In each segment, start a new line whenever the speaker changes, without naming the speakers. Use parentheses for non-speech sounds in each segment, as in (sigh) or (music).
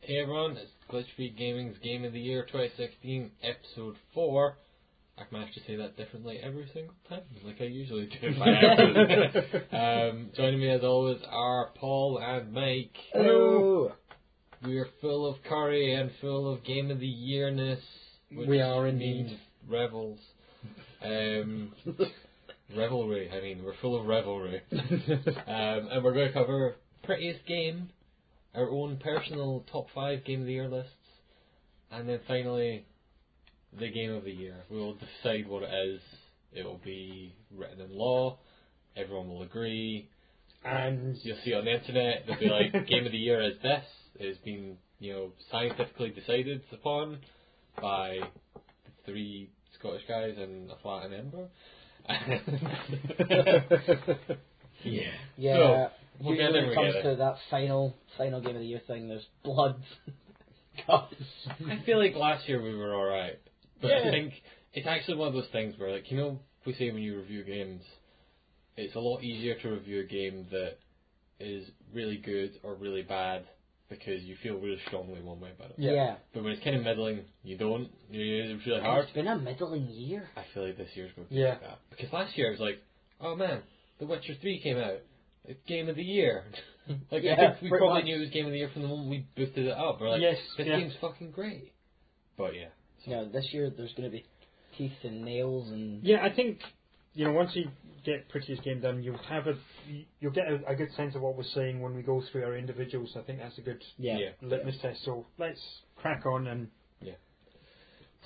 Hey everyone, it's Glitch Feed Gaming's Game of the Year 2016, Episode 4. I can manage to say that differently every single time, like I usually
(laughs)
do (laughs) if I ever um, Joining me as always are Paul and Mike.
Hello.
We're full of curry and full of Game of the Yearness. which
We are
means
indeed.
Revels. Um, revelry, I mean, we're full of revelry. Um, and we're going to cover prettiest game, our own personal top five game of the year lists, and then finally the game of the year. We will decide what it is. It will be written in law. Everyone will agree.
and
You'll see on the internet. They'll be like, game of the year is this. It's been you know scientifically decided upon by three Scottish guys and a flat in Edinburgh. (laughs) yeah.
(laughs) (laughs) Yeah.
So, we'll
usually
get
when
there,
it
we
comes
get
to
there.
that final final game of the year thing, there's blood, (laughs) guts.
I feel like last year we were alright. But I
Yeah.
think it's actually one of those things where, like, you know, we say when you review games, it's a lot easier to review a game that is really good or really bad because you feel really strongly one way about it.
Yeah.
Yeah.
But when it's kind of middling, you don't. You- It's really
And
hard.
It's been a middling year.
I feel like this year's going to be
Yeah.
like that. Because last year it was like, oh man, The Witcher 3 came out. It's game of the year. (laughs) like, I
Yeah,
think we
pretty
probably
much.
knew it was game of the year from the moment we boosted it up. We're like,
Yes,
this
yeah.
game's fucking great. But yeah.
No, this year there's going to be teeth and nails and
yeah, I think you know once you get prettiest game done, you'll have a you'll get a, a good sense of what we're seeing when we go through our individuals. I think that's a good
yeah.
Yeah.
litmus test. So let's crack on and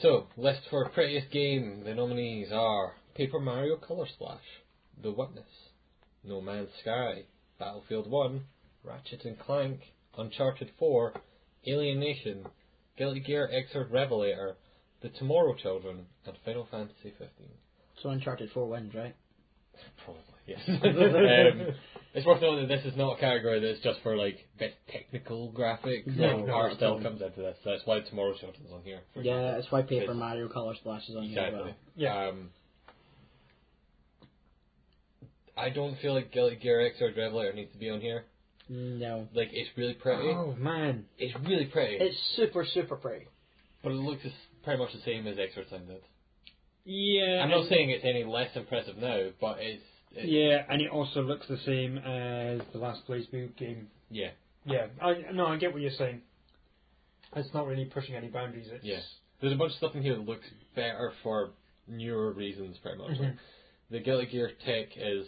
So, list for prettiest game. The nominees are Paper Mario Color Splash, The Witness, No Man's Sky, Battlefield 1, Ratchet and Clank, Uncharted 4, Alien Nation, Guilty Gear Xrd Revelator, The Tomorrow Children, and Final Fantasy 15.
So Uncharted Four wins, right?
Probably, yes. (laughs) um, it's worth noting that this is not a category that's just for like best technical graphics.
No,
like,
no,
art style
absolutely.
comes into this. That's why Tomorrow Children's on here. for
yeah,
example.
that's why Paper
It's-
Mario Color Splash is on here as
Exactly.
well.
yeah,
Um, I don't feel like Guilty Gear X or Revelator needs to be on here.
No,
Like, it's really Uh, pretty.
oh man,
It's really pretty.
it's super super pretty.
but it looks as, pretty much the same as X or did.
yeah.
I'm not saying it's any less impressive now, but it's. it's
yeah, and it also looks the same as the last Blaseboo game.
Yeah.
Yeah, I no, I get what you're saying. It's not really pushing any boundaries. It's
Yeah. There's a bunch of stuff in here that looks better for newer reasons, pretty much. Like,
Mhm.
the Guilty Gear tech is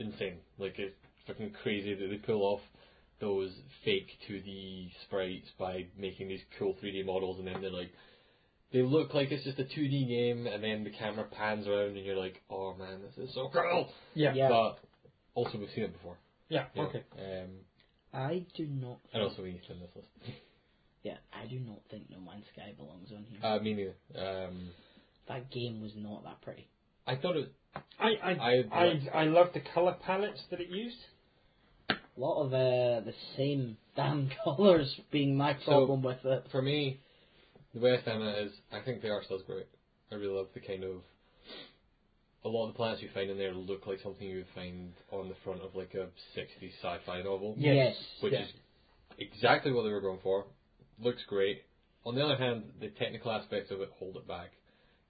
insane. Like it's fucking crazy that they pull off those fake 2D sprites by making these cool 3D models, and then they're like, they look like it's just a 2D game, and then the camera pans around, and you're like, oh man, this is so cool.
yeah,
Yeah.
But also we've seen it before.
yeah,
you know.
Okay,
Um,
I do not.
and
Think,
also we need to in this list.
yeah, I do not think No Man's Sky belongs on here.
Uh, me neither. Um,
that game was not that pretty.
I thought it.
I I
I
I, I love the color palettes that it used.
A lot of uh, the same (laughs) damn colors being my problem with it.
for me, the way I stand it is, I think the art style's great. I really love the kind of a lot of the planets you find in there look like something you would find on the front of like a 60s sci-fi novel,
Yeah. Yes.
Yes.
which
Yeah.
is exactly what they were going for. Looks great. On the other hand, the technical aspects of it hold it back.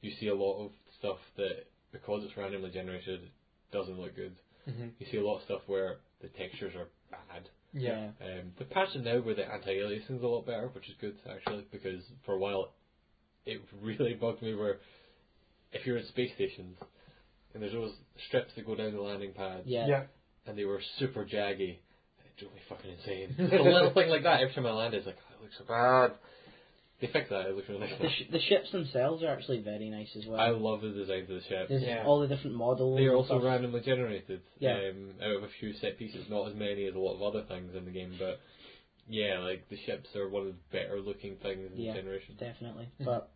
You see a lot of stuff that because it's randomly generated doesn't look good.
Mm-hmm.
You see a lot of stuff where the textures are bad.
Yeah.
Um, the patch now with the anti-aliasing's a lot better, which is good actually, because for a while it (laughs) really bugged me where if you're in space stations and there's those strips that go down the landing pads
Yeah.
Yeah.
and they were super jaggy, it drove me fucking
(laughs)
insane. a little thing like that every time I landed, it's like, oh, it looks so bad. They fixed that, it looks really
The,
nice.
sh- the ships themselves are actually very nice as well.
I love the design of the ship.
There's
Yeah.
all the different models.
They are
and
also
stuff.
randomly generated
Yeah.
um, out of a few set pieces, not as many as a lot of other things in the game, but yeah, like the ships are one of the better looking things in
Yeah.
the generation. (laughs)
Definitely. But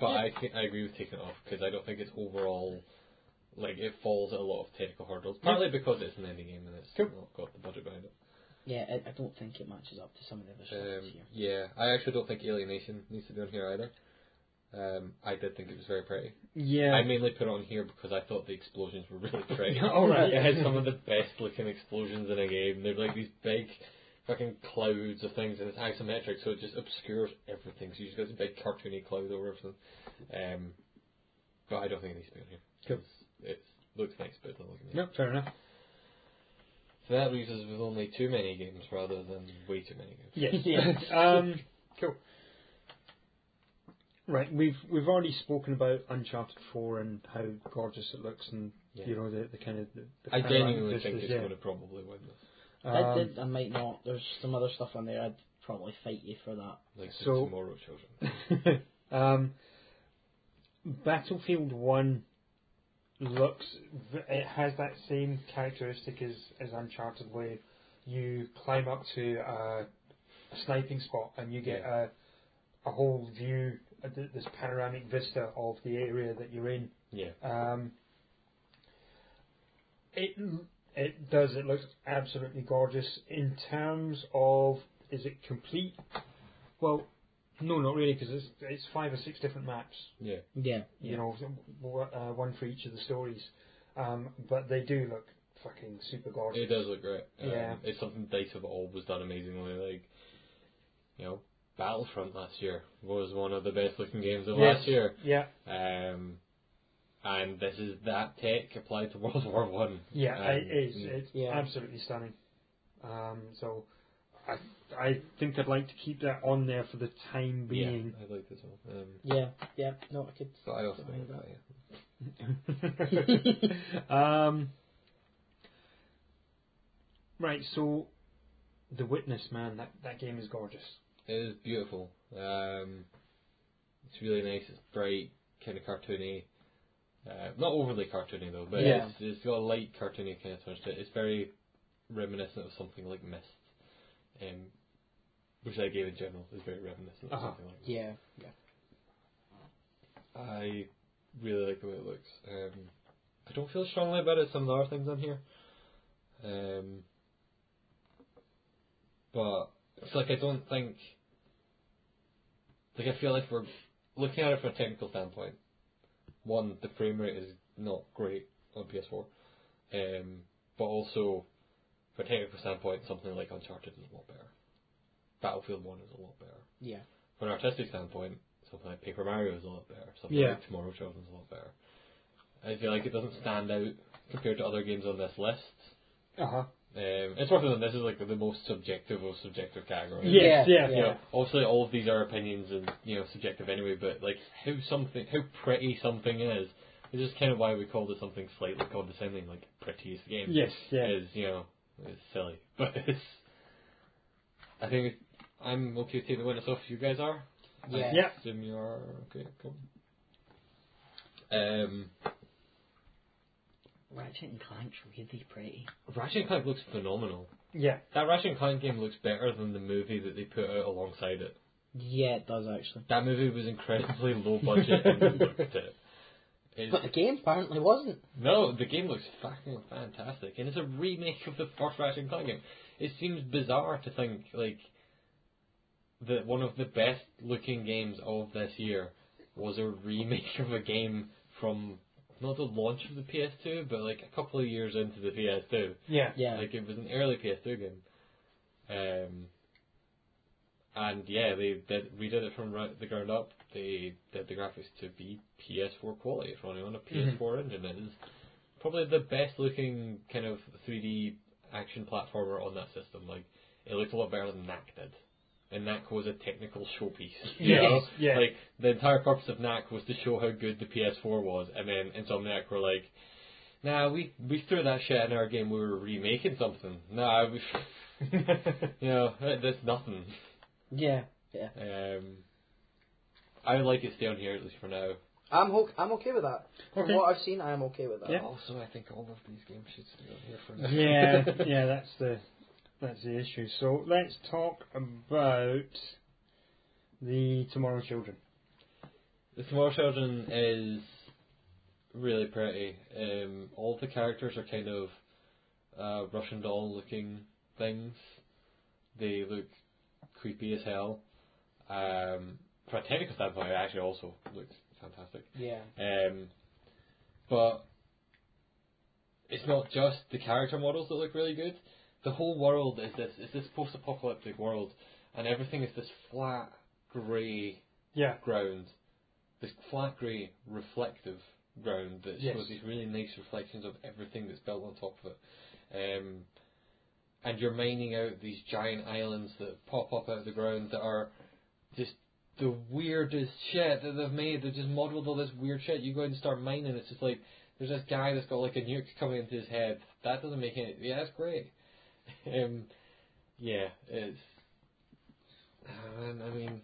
But I, can, I agree with taking it off because I don't think it's overall like it falls at a lot of technical hurdles, partly because it's an indie game and it's
Cool.
not got the budget behind it.
yeah, I, I don't think it matches up to some of the other ships
Um,
here.
yeah, I actually don't think Alienation needs to be on here either. Um, I did think it was very pretty.
Yeah.
I mainly put it on here because I thought the explosions
(laughs)
were really pretty.
All right.
It had some of the best looking explosions in a game. They're like these big fucking clouds of things, and it's isometric, so it just obscures everything. So you just got this big cartoony cloud over everything. Um, but I don't think it needs to be on here.
Cool.
It looks nice, but it doesn't look amazing.
Yep, fair enough.
So that leaves us with only too many games rather than way too many games.
(laughs) Yes.
Yes.
um, cool. Right, we've we've already spoken about Uncharted Four and how gorgeous it looks, and
Yeah.
you know the, the kind of the, the
I
panoramic
genuinely think
vistas,
it's
yeah.
going to probably win this.
I
Um,
did. I might not. There's some other stuff on there. I'd probably fight you for that.
Like the
So-
Tomorrow Children.
(laughs) um, Battlefield One looks. v- It has that same characteristic as as Uncharted, where you climb up to a, a sniping spot and you get a a whole view, uh, th- this panoramic vista of the area that you're in.
Yeah.
Um, it it does. It looks absolutely gorgeous. In terms of is it complete? Well, no, not really, because it's it's five or six different maps.
Yeah.
Yeah.
You know, w- uh, one for each of the stories. Um, but they do look fucking super gorgeous.
It does look great. Um,
Yeah.
It's something Dice have always done amazingly. Like, you know, Battlefront last year was one of the best looking games of
Yes.
last year.
Yeah,
Um, and this is that tech applied to (laughs) World War One.
yeah,
Um,
it is.
mm.
It's
Yeah.
absolutely stunning. Um, so, I I think I'd like to keep that on there for the time being.
Yeah, I like this one. Um,
Yeah. Yeah. No, I could.
but I also
Something
think
like
about it.
(laughs) um, right, so The Witness, man, that, that game is gorgeous.
It is beautiful. Um, it's really nice. It's bright, kind of cartoony. Uh, not overly cartoony though, but
Yeah.
it's, it's got a light cartoony kind of touch to it. It's very reminiscent of something like Mist, um, which that game in general is very reminiscent of
Uh-huh.
something like. Mist.
Yeah.
I really like the way it looks. Um, I don't feel strongly about it. Some of the other things on here, um, but it's like I don't think. Like I feel like we're looking at it from a technical standpoint. One, the frame rate is not great on PS4, um, but also, from a technical standpoint, something like Uncharted is a lot better. Battlefield One is a lot better
Yeah.
from an artistic standpoint, something like Paper Mario is a lot better. Something
Yeah.
like Tomorrow Children is a lot better. I feel like it doesn't stand out compared to other games on this list.
Uh huh.
Um, it's worth noting this is like the most subjective of subjective categories.
Yes,
Yeah,
yeah.
You know, obviously all of these are opinions and you know subjective anyway, but like how something, how pretty something is, is just kind of why we called it something slightly condescending, like prettiest game
Yes, yeah.
is you know it's silly, (laughs) but it's. I think it- I'm okay with taking the witness off. You guys are.
Yeah.
I
Yeah.
assume you are. Okay, cool. Um,
Ratchet and Clank's really pretty.
Ratchet and Clank looks phenomenal.
Yeah,
That Ratchet and Clank game looks better than the movie that they put out alongside it.
Yeah, it does actually.
That movie was incredibly low budget and they looked it. It's,
But the game apparently wasn't.
no, the game looks fucking fantastic, and it's a remake of the first Ratchet and Clank game. It seems bizarre to think like that one of the best looking games of this year was a remake of a game from not the launch of the PS2, but like a couple of years into the PS2.
yeah.
Yeah.
Like it was an early PS2 game. Um, and yeah, they did, redid it from ri- the ground up. They did the graphics to be PS4 quality. It's running on a PS4 engine. It is probably the best looking kind of 3D action platformer on that system. Like it looked a lot better than Knack did. And Knack was a technical showpiece. you know?
Yes, yeah.
Like the entire purpose of Knack was to show how good the PS4 was, and then Insomniac were like, "Nah, we we threw that shit in our game. We were remaking something. Nah, we, (laughs)
(laughs)
you know, that- that's nothing."
Yeah.
Um, I would like it to stay on here at least for now.
I'm ho- I'm okay with that. From
Okay.
what I've seen, I'm okay with that.
Yeah.
Also, I think all of these games should stay on here for (laughs)
yeah, yeah, that's the that's the issue. So let's talk about the Tomorrow Children.
The Tomorrow Children is really pretty. Um, all the characters are kind of uh, Russian doll looking things. They look creepy as hell. Um, from a technical standpoint, it actually also looks fantastic.
Yeah.
Um, but it's not just the character models that look really good. the whole world is this is this post-apocalyptic world, and everything is this flat grey
Yeah.
ground, this flat grey reflective ground that
Yes.
shows these really nice reflections of everything that's built on top of it. Um, and you're mining out these giant islands that pop up out of the ground that are just the weirdest shit that they've made. They've just modelled all this weird shit. You go and start mining, it's just like there's this guy that's got like a nuke coming into his head. That doesn't make any. Yeah, that's great. (laughs) Um, yeah, it's. And I mean,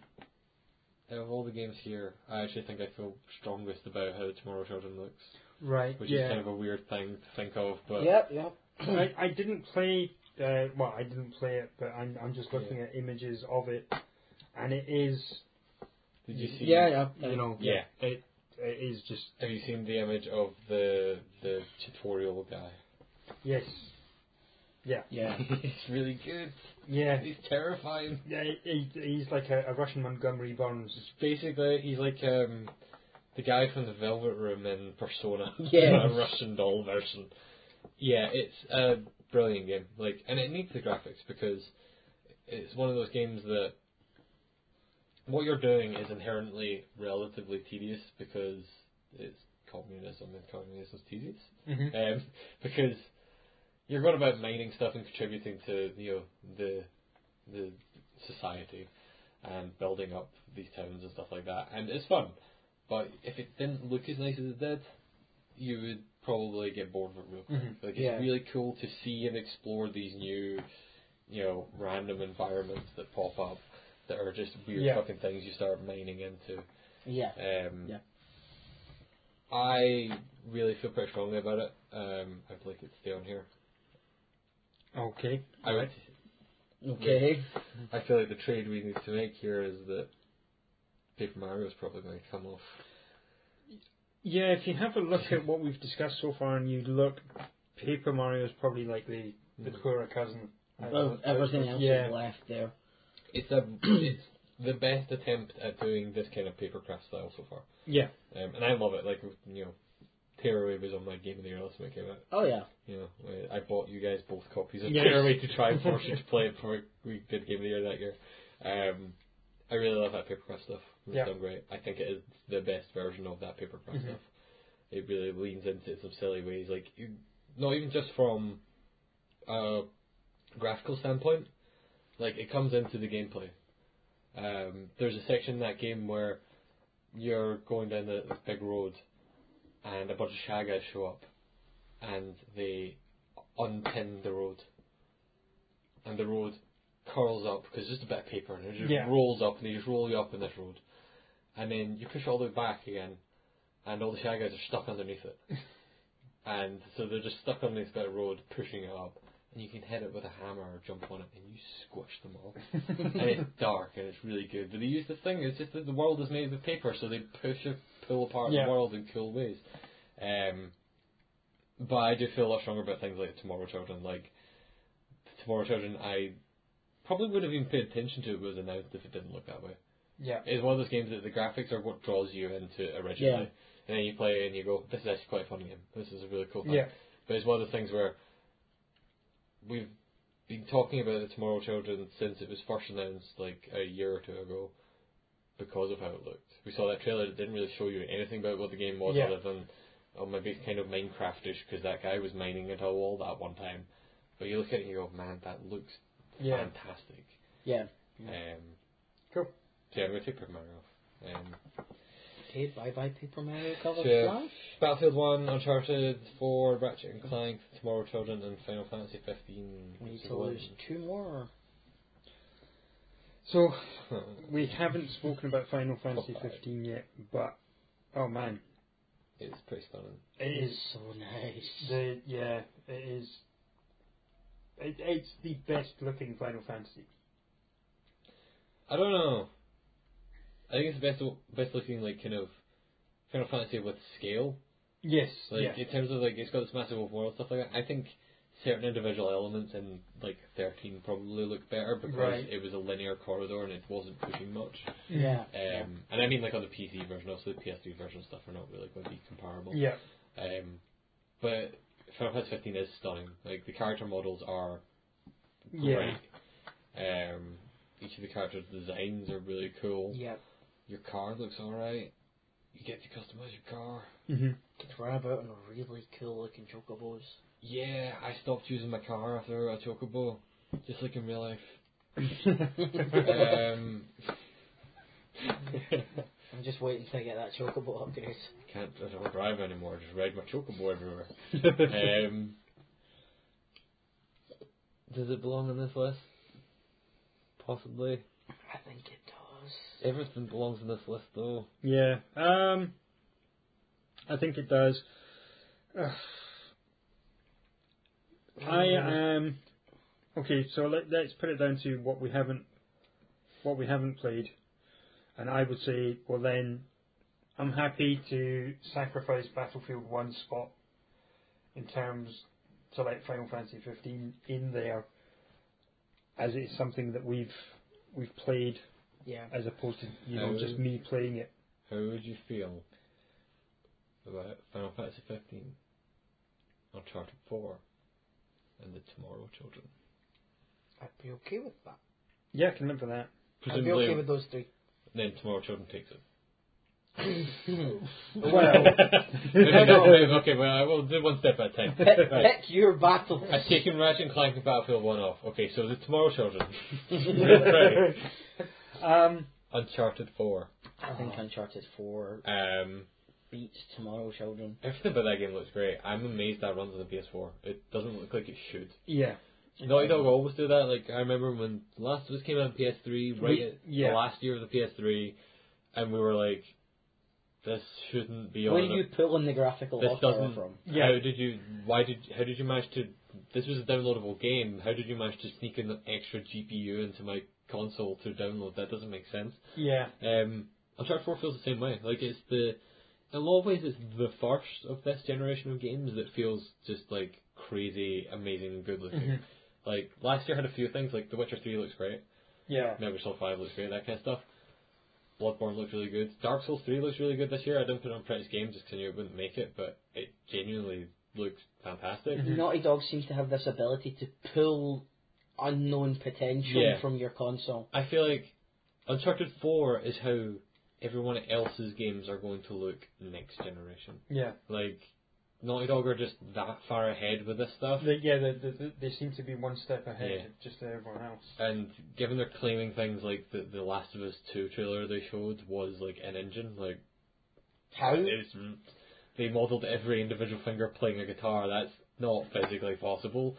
out of all the games here, I actually think I feel strongest about how Tomorrow Children looks,
Right.
which
yeah.
is kind of a weird thing to think of, but
yep, yep.
I, I didn't play. Uh, well, I didn't play it, but I'm I'm just looking at images of it, and it is.
did you see?
Yeah, yeah, you know.
Yeah.
It it is just
Have you seen the image of the the tutorial guy?
yes. Yeah.
(laughs)
Yeah.
He's really good.
Yeah.
He's terrifying.
Yeah. He, he- he's like a, a Russian Montgomery Burns.
Basically, he's like um, the guy from the Velvet Room in Persona, (laughs)
Yes.
a Russian doll version. Yeah, it's a brilliant game. Like, and it needs the graphics because it's one of those games that what you're doing is inherently relatively tedious because it's communism and communism's tedious.
Mm-hmm.
um, because you're going about mining stuff and contributing to you know the the society and building up these towns and stuff like that, and it's fun. But if it didn't look as nice as it did, you would probably get bored of it real quick.
Mhm.
Like it's
Yeah.
really cool to see and explore these new, you know, random environments that pop up that are just weird
Yeah.
fucking things you start mining into.
Yeah.
Um,
Yeah.
I really feel pretty strongly about it. Um, I'd like it to stay on here.
Okay.
I would,
Okay.
I feel like the trade we need to make here is that Paper Mario is probably going to come off.
Yeah. If you have a look at what we've discussed so far, and you look, Paper Mario is probably like the the
Mm.
poorer cousin.
Well, everything else
Yeah.
is left there.
It's a it's the best attempt at doing this kind of paper craft style so far,
Yeah.
um, and I love it. Like you know, Tearaway was on my game of the year last time it came out.
Oh yeah.
You know, uh, I- I bought you guys both copies of
Yes.
Tearaway to try and force you to play it before we did game of the year that year. Um, I really love that paper craft stuff. It's
Yeah.
done great. I think it is the best version of that paper craft
Mhm.
stuff. It really leans into it in some silly ways, like you- not even just from a graphical standpoint. Like it comes into the gameplay. Um, there's a section in that game where you're going down the, this big road, and a bunch of shagas show up, and they unpin the road, and the road curls up because it's just a bit of paper, and it just
Yeah.
rolls up, and they just roll you up in this road, and then you push all the way back again, and all the shagas are stuck underneath it, and so they're just stuck underneath that road, pushing it up. And you can hit it with a hammer or jump on it, and you squish them all and it's dark and it's really good. But they use the thing, it's just that the world is made of paper, so they push and pull apart
Yeah.
the world in cool ways. Um, but I do feel a lot stronger about things like Tomorrow Children. Like, Tomorrow Children, I probably would have even paid attention to it was announced if it didn't look that way.
yeah.
It's one of those games that the graphics are what draws you into it originally. And then you play it and you go, this is actually quite a fun game. This is a really cool thing.
Yeah.
But it's one of those things where we've been talking about the Tomorrow Children since it was first announced like a year or two ago because of how it looked. We saw that trailer that didn't really show you anything about what the game was
Yeah.
other than oh maybe it's kind of Minecraftish because that guy was mining into a wall that one time. But you look at it and you go, man, that looks
Yeah. Mm.
fantastic.
Yeah.
Um,
Cool.
So yeah, I'm gonna take Paper Mario off. Um,
Okay. Bye bye Paper Mario cover
Yeah.
flash.
Battlefield One, Uncharted Four, Ratchet and Clank, Tomorrow Children, and Final Fantasy Fifteen.
We need
So
to
one-
lose two more.
So we haven't spoken about Final Fantasy 15 yet, but oh man,
(laughs) It's pretty stunning.
it is
so nice.
the yeah, it is. It, it's the best looking Final Fantasy.
I don't know. I think it's the best best looking like kind of Final Fantasy with scale.
Yes.
Like
yeah.
in terms of like it's got this massive open world stuff like that. I think certain individual elements in like thirteen probably look better because
Right.
it was a linear corridor and it wasn't pushing much.
Yeah.
Um, and I mean like on the PC version, also the PS3 version stuff are not really going to be comparable.
Yeah. Mm.
Um, but Final Fantasy 15 is stunning. Like the character models are
Yeah.
great. Um, each of the characters' designs are really cool.
Yeah.
Your car looks alright. You get to customize your car.
Mm-hmm.
Could drive out on a really cool looking chocobos.
Yeah, I stopped using my car after a chocobo, just like in real life.
Mm-hmm.
um,
I'm just waiting till I get that chocobo upgrade.
can't I don't drive anymore. Just ride my chocobo everywhere. (laughs) um, does it belong on this list? Possibly.
I think it does.
Everything belongs in this list, though.
(laughs) Yeah. Um, I think it does. Ugh. I am um, okay. So let, let's put it down to what we haven't, what we haven't played, and I would say, well then, I'm happy to sacrifice Battlefield One spot in terms to like Final Fantasy 15 in there, as it's something that we've we've played
Yeah.
as opposed to you know just
Um,
me playing it.
How would you feel about Final Fantasy 15, Uncharted 4, and the Tomorrow Children?
I'd be okay with that.
Yeah, I can live with
I'd
that.
be
Presumably,
okay with those
(laughs)
three.
then Tomorrow Children takes it.
(laughs)
(laughs)
Well, (laughs)
okay, well, I will do one step at a time.
Pick,
Right.
pick your battles.
I've taken Ratchet and Clank and Battlefield 1 off. Okay, so the Tomorrow
(laughs)
Children. right.
(laughs) Um,
Uncharted 4.
I think Uncharted 4
Um,
beats Tomorrow Children.
everything about that game looks great. I'm amazed that runs on the PS4. It doesn't look like it should.
yeah,
Naughty Dog always do that. Like I remember when The Last of Us came out on PS3, right
We-
at
yeah.
the last year of the PS3, and we were like, "This shouldn't be
Where
on."
are
a-
you pulling the graphical
this
horsepower
doesn't.
from?
Yeah.
How did you? Why did? How did you manage to? This was a downloadable game. How did you manage to sneak an extra GPU into my console to download? That doesn't make sense.
yeah,
Um, Uncharted 4 feels the same way. Like it's the, in a lot of ways, it's the first of this generation of games that feels just like crazy, amazing, good looking.
Mhm.
Like last year had a few things like The Witcher 3 looks great,
yeah.
Metal Gear 5 looks great, that kind of stuff. Bloodborne looks really good. Dark Souls 3 looks really good this year. I didn't put it on Prince Game just 'cause I knew it wouldn't make it, but it genuinely looks fantastic.
Naughty Dog seems to have this ability to pull unknown potential
Yeah.
from your console.
I feel like Uncharted 4 is how everyone else's games are going to look next generation.
Yeah,
Like Naughty Dog are just that far ahead with this stuff,
they, yeah. They, they, they- they seem to be one step ahead
Yeah.
of just everyone else.
and given they're claiming things like the the Last of Us Two trailer they showed was like an engine, like
How?
it's they modelled every individual finger playing a guitar. That's not physically possible.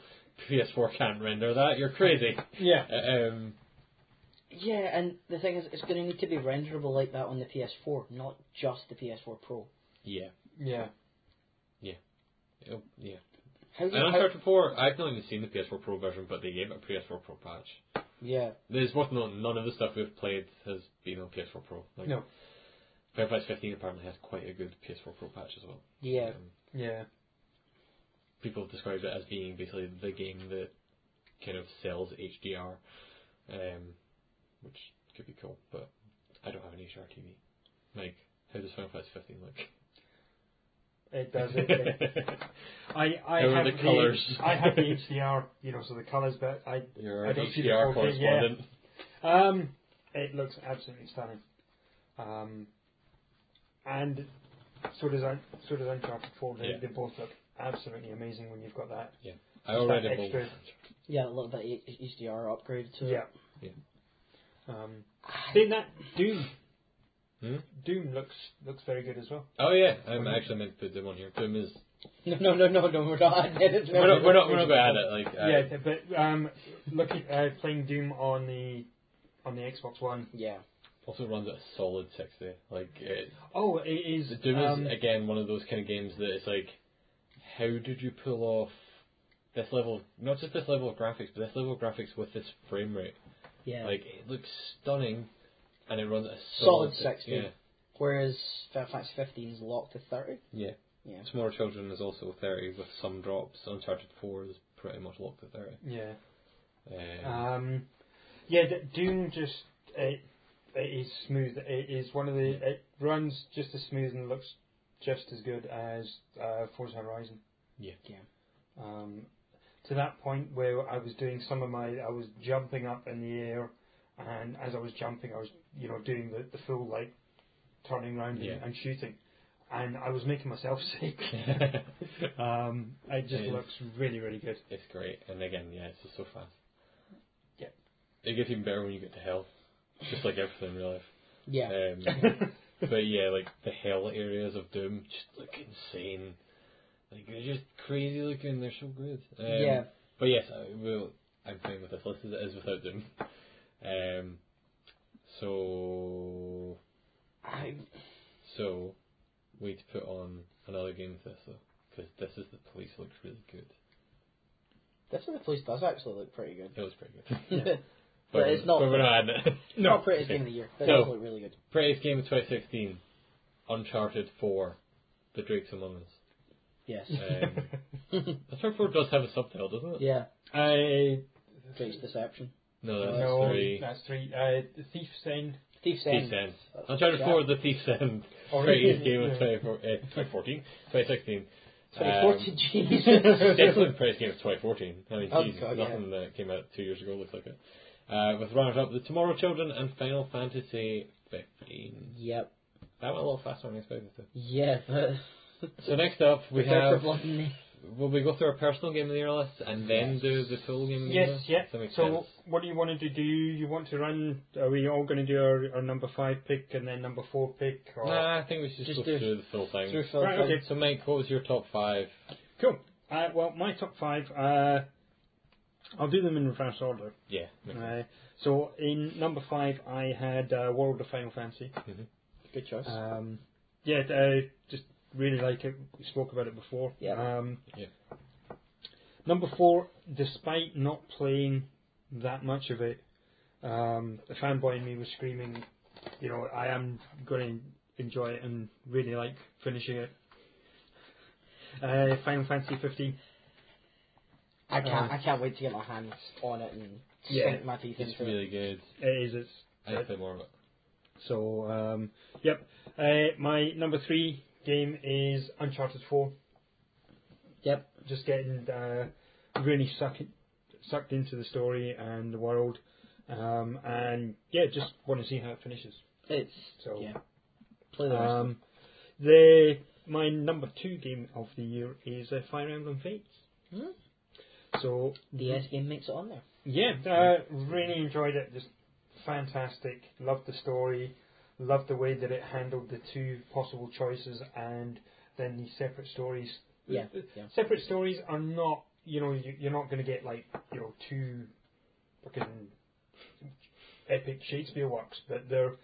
PS4 can't render that. You're crazy.
Yeah,
Uh, Um,
Yeah, and the thing is, it's going to need to be renderable like that on the PS4, not just the PS4 Pro.
yeah,
yeah.
It'll- yeah.
How do
And
you, how,
Uncharted 4, I've not even seen the PS4 Pro version, but they gave it a PS4 Pro patch.
yeah,
There's worth noting, none of the stuff we've played has been on PS4 Pro. Like,
No.
Final Fantasy 15 apparently has quite a good PS4 Pro patch as well.
yeah.
Um,
Yeah,
people have described it as being basically the game that kind of sells HDR, um, which could be cool, but I don't have an HDR TV. Like, how does Final Fantasy 15 look?
it
(laughs)
does. It, it- I, I
How are
have
the colours?
I have the HDR, you know, so the colours, but I,
You're
I
an
don't see the
HDR
4K, yeah.
correspondent.
um, it looks absolutely stunning. Um, and so does Un- so does Uncharted Four. They,
Yeah.
they both look absolutely amazing when you've got that.
I
Just
already
that
bought
extra-
Yeah, a little bit of E HDR upgrade to
Yeah.
it.
Yeah.
Um,
I-
seeing that Doom,
Hmm?
Doom looks looks very good as well.
Oh yeah, I'm actually meant to put them on here. Doom is
No, (laughs) no, no, no, no, we're not (laughs) adding it.
we're not we're not we're not going at it like uh,
yeah, but um, look at uh, playing Doom on the on the Xbox One.
Yeah.
also runs at a solid sixty. Like it,
Oh, it is.
The Doom
um,
is again one of those kind of games that it's like, how did you pull off this level? Not just this level of graphics, but this level of graphics with this frame rate.
Yeah.
Like it looks stunning, and it runs at a
Solid
solid,
60.
Yeah,
Whereas Final Fantasy 15 is locked to 30.
yeah.
Yeah.
Tomorrow Children is also thirty with some drops. Uncharted Four is pretty much locked at thirty.
yeah.
Um,
Um, yeah, D- Doom just it, it is smooth. It is one of the it runs just as smooth and looks just as good as uh, Forza Horizon.
Yeah.
Yeah.
Um, to that point where I was doing some of my, I was jumping up in the air, and as I was jumping, I was, you know, doing the, the full like turning around and,
Yeah.
and shooting, and I was making myself (laughs)
(laughs)
sick. um, it just
Yeah.
looks really, really good.
it's great, and again, yeah, it's just so fast.
Yeah.
It gets even better when you get to hell, just like everything in real life.
Yeah.
(laughs)
(laughs)
Um, but yeah, like the hell areas of Doom just look insane. Like they're just crazy looking. They're so good. Um,
yeah.
But yes, I will. I'm fine with this list as it is without Doom. Um. So
I,
so we to put on another game with this though, because this is the police looks really good.
this is the place does actually look pretty good.
It was pretty good.
Yeah.
(laughs) But it's not-
But we're not adding it. (laughs)
Not prettiest
Okay.
game of the year, but
So-
it does look really good.
Prettiest game of 2016, Uncharted 4, The Drake's Among Us.
Yes.
Um, Uncharted 4 does have a subtitle, doesn't it?
(laughs) yeah.
I
Drake's Deception.
No, that's
no,
three.
that's three. Uh, the Thief's End.
Thief's
Thief's
End.
End.
That's-
Uncharted
Uh, yeah.
4, The Thief's End.
Oh,
Prettiest
really?
game of
Yeah.
24, uh, 2014,
(laughs)
2016.
2014,
Um, (laughs)
Jesus.
Definitely the prettiest game of 2014. I mean,
Oh,
geez,
God, yeah.
nothing that came out two years ago looks like it. Uh, with runners up, The Tomorrow Children and Final Fantasy 15.
yep.
That went a little faster than I expected to.
Yeah, but...
So
(laughs)
next up, we
Prepare for
have.
blood and nails.
Will we go through our personal game of the year list and then do the full game of the year
Yes,
list?
yeah.
Mm-hmm. That makes
So,
sense.
what do you want to do? You want to run? Are we all going to do our, our number five pick and then number four pick? Or?
Nah, I think we should
uh, Just
just go
do-
through the full thing.
Through Phil
Right,
Fun.
okay.
So, Mike, what was your top five?
Cool. Uh, well, my top five. Uh, I'll do them in reverse order.
Yeah. makes sense.
Uh, so, in number five, I had uh, World of Final Fantasy.
Mm-hmm.
Good choice.
Um, yeah, I just really like it. We spoke about it before.
Yeah.
Um,
Yeah.
Number four, despite not playing that much of it, um, the fanboy in me was screaming, you know, I am going to enjoy it and really like finishing it. Uh, Final Fantasy 15.
I can't.
uh,
I can't wait to get my hands on it and
Yeah.
sink my teeth
It's
into it.
really good.
It is. It's,
I need to play more of it.
so, um, yep. Uh, my number three game is Uncharted 4.
Yep.
just getting uh, really sucked sucked into the story and the world, um, and yeah, just want to see how it finishes.
It's
So,
yeah. Play the rest. of it.
Um, the my number two game of the year is uh, Fire Emblem Fates.
Hmm?
So
The S game makes it on there.
yeah, uh, really enjoyed it. Just fantastic. Loved the story. Loved the way that it handled the two possible choices and then the separate stories. Uh,
Yeah, yeah.
Separate stories are not, you know, you- you're not going to get like, you know, two fucking epic Shakespeare works, but they're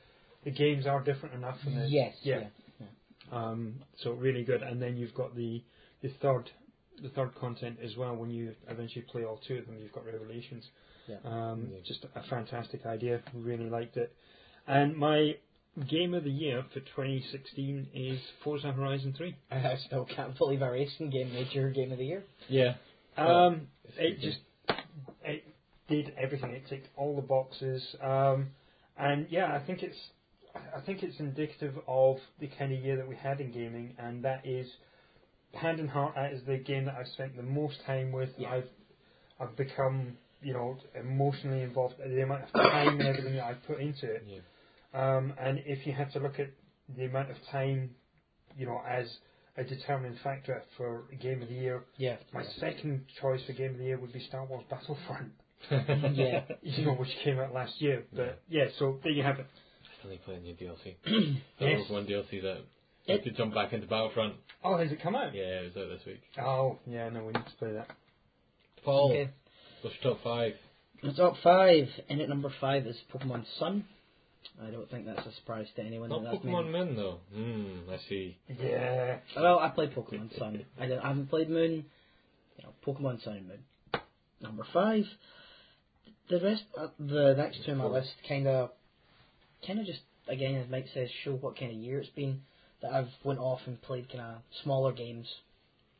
the games are different enough. And they're-
Yes.
yeah.
Yeah. (laughs)
Um, so really good. And then you've got the the third the third content as well. When you eventually play all two of them, you've got Revelations.
Yeah.
Um,
Yeah.
Just a fantastic idea. Really liked it. And my game of the year for 2016 is Forza Horizon 3.
I still can't believe our racing game made your game of the year.
Yeah.
Um,
It's good.
it just it did everything. It ticked all the boxes. Um, and yeah, I think it's I think it's indicative of the kind of year that we had in gaming, and that is hand in heart. That is the game that I've spent the most time with.
Yeah.
I've I've become you know emotionally involved. The amount of time and everything that I put into it.
Yeah.
Um, and if you had to look at the amount of time, you know, as a determining factor for game of the year,
Yeah.
my second choice for game of the year would be Star Wars Battlefront,
(laughs)
(laughs)
(laughs)
yeah.
you know, which came out last year. But yeah, so there you have it.
Finally playing new DLC.
(clears throat)
There
Yes.
was one DLC that you
It-
could jump back into Battlefront.
Oh, has it come out?
Yeah, it was out this week.
Oh, yeah, no, we need to play that.
Paul,
Okay.
what's your top five?
The top five. In at number five is Pokemon Sun. I don't think that's a surprise to anyone.
Not
that that's
Pokemon
Made...
Men though. Hmm, I see.
Yeah.
Well, I played Pokemon Sun. I, don't, I haven't played Moon. You know, Pokemon Sun and Moon. Number five. The rest, uh, the next two on my
Four.
list, kind of, kind of just again, as Mike says, show what kind of year it's been. That I've went off and played kind of smaller games.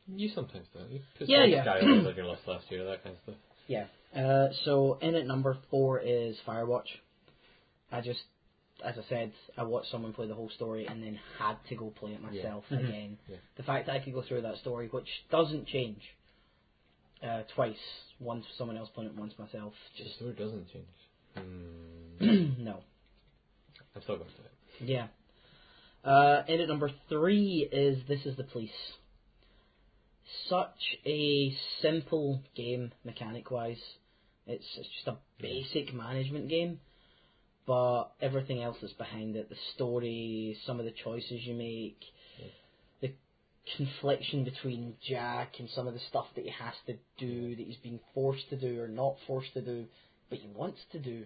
You sometimes don't. You put
Yeah,
like
yeah.
Skyrim on your list last year, that kind of stuff.
Uh, so in at number four is Firewatch. I just, as I said, I watched someone play the whole story and then had to go play it myself
Mhm.
again.
Yeah.
The fact that I could go through that story, which doesn't change, uh, twice. Once someone else playing it, once myself.
The
Just
story doesn't
(clears throat)
change. Hmm.
no.
I'm still going to it.
Yeah. Uh, edit number three is This is the Police. Such a simple game mechanic wise. It's, it's just a basic management game, but everything else that's behind it the story, some of the choices you make, the confliction between Jack and some of the stuff that he has to do, that he's being forced to do or not forced to do, but he wants to do.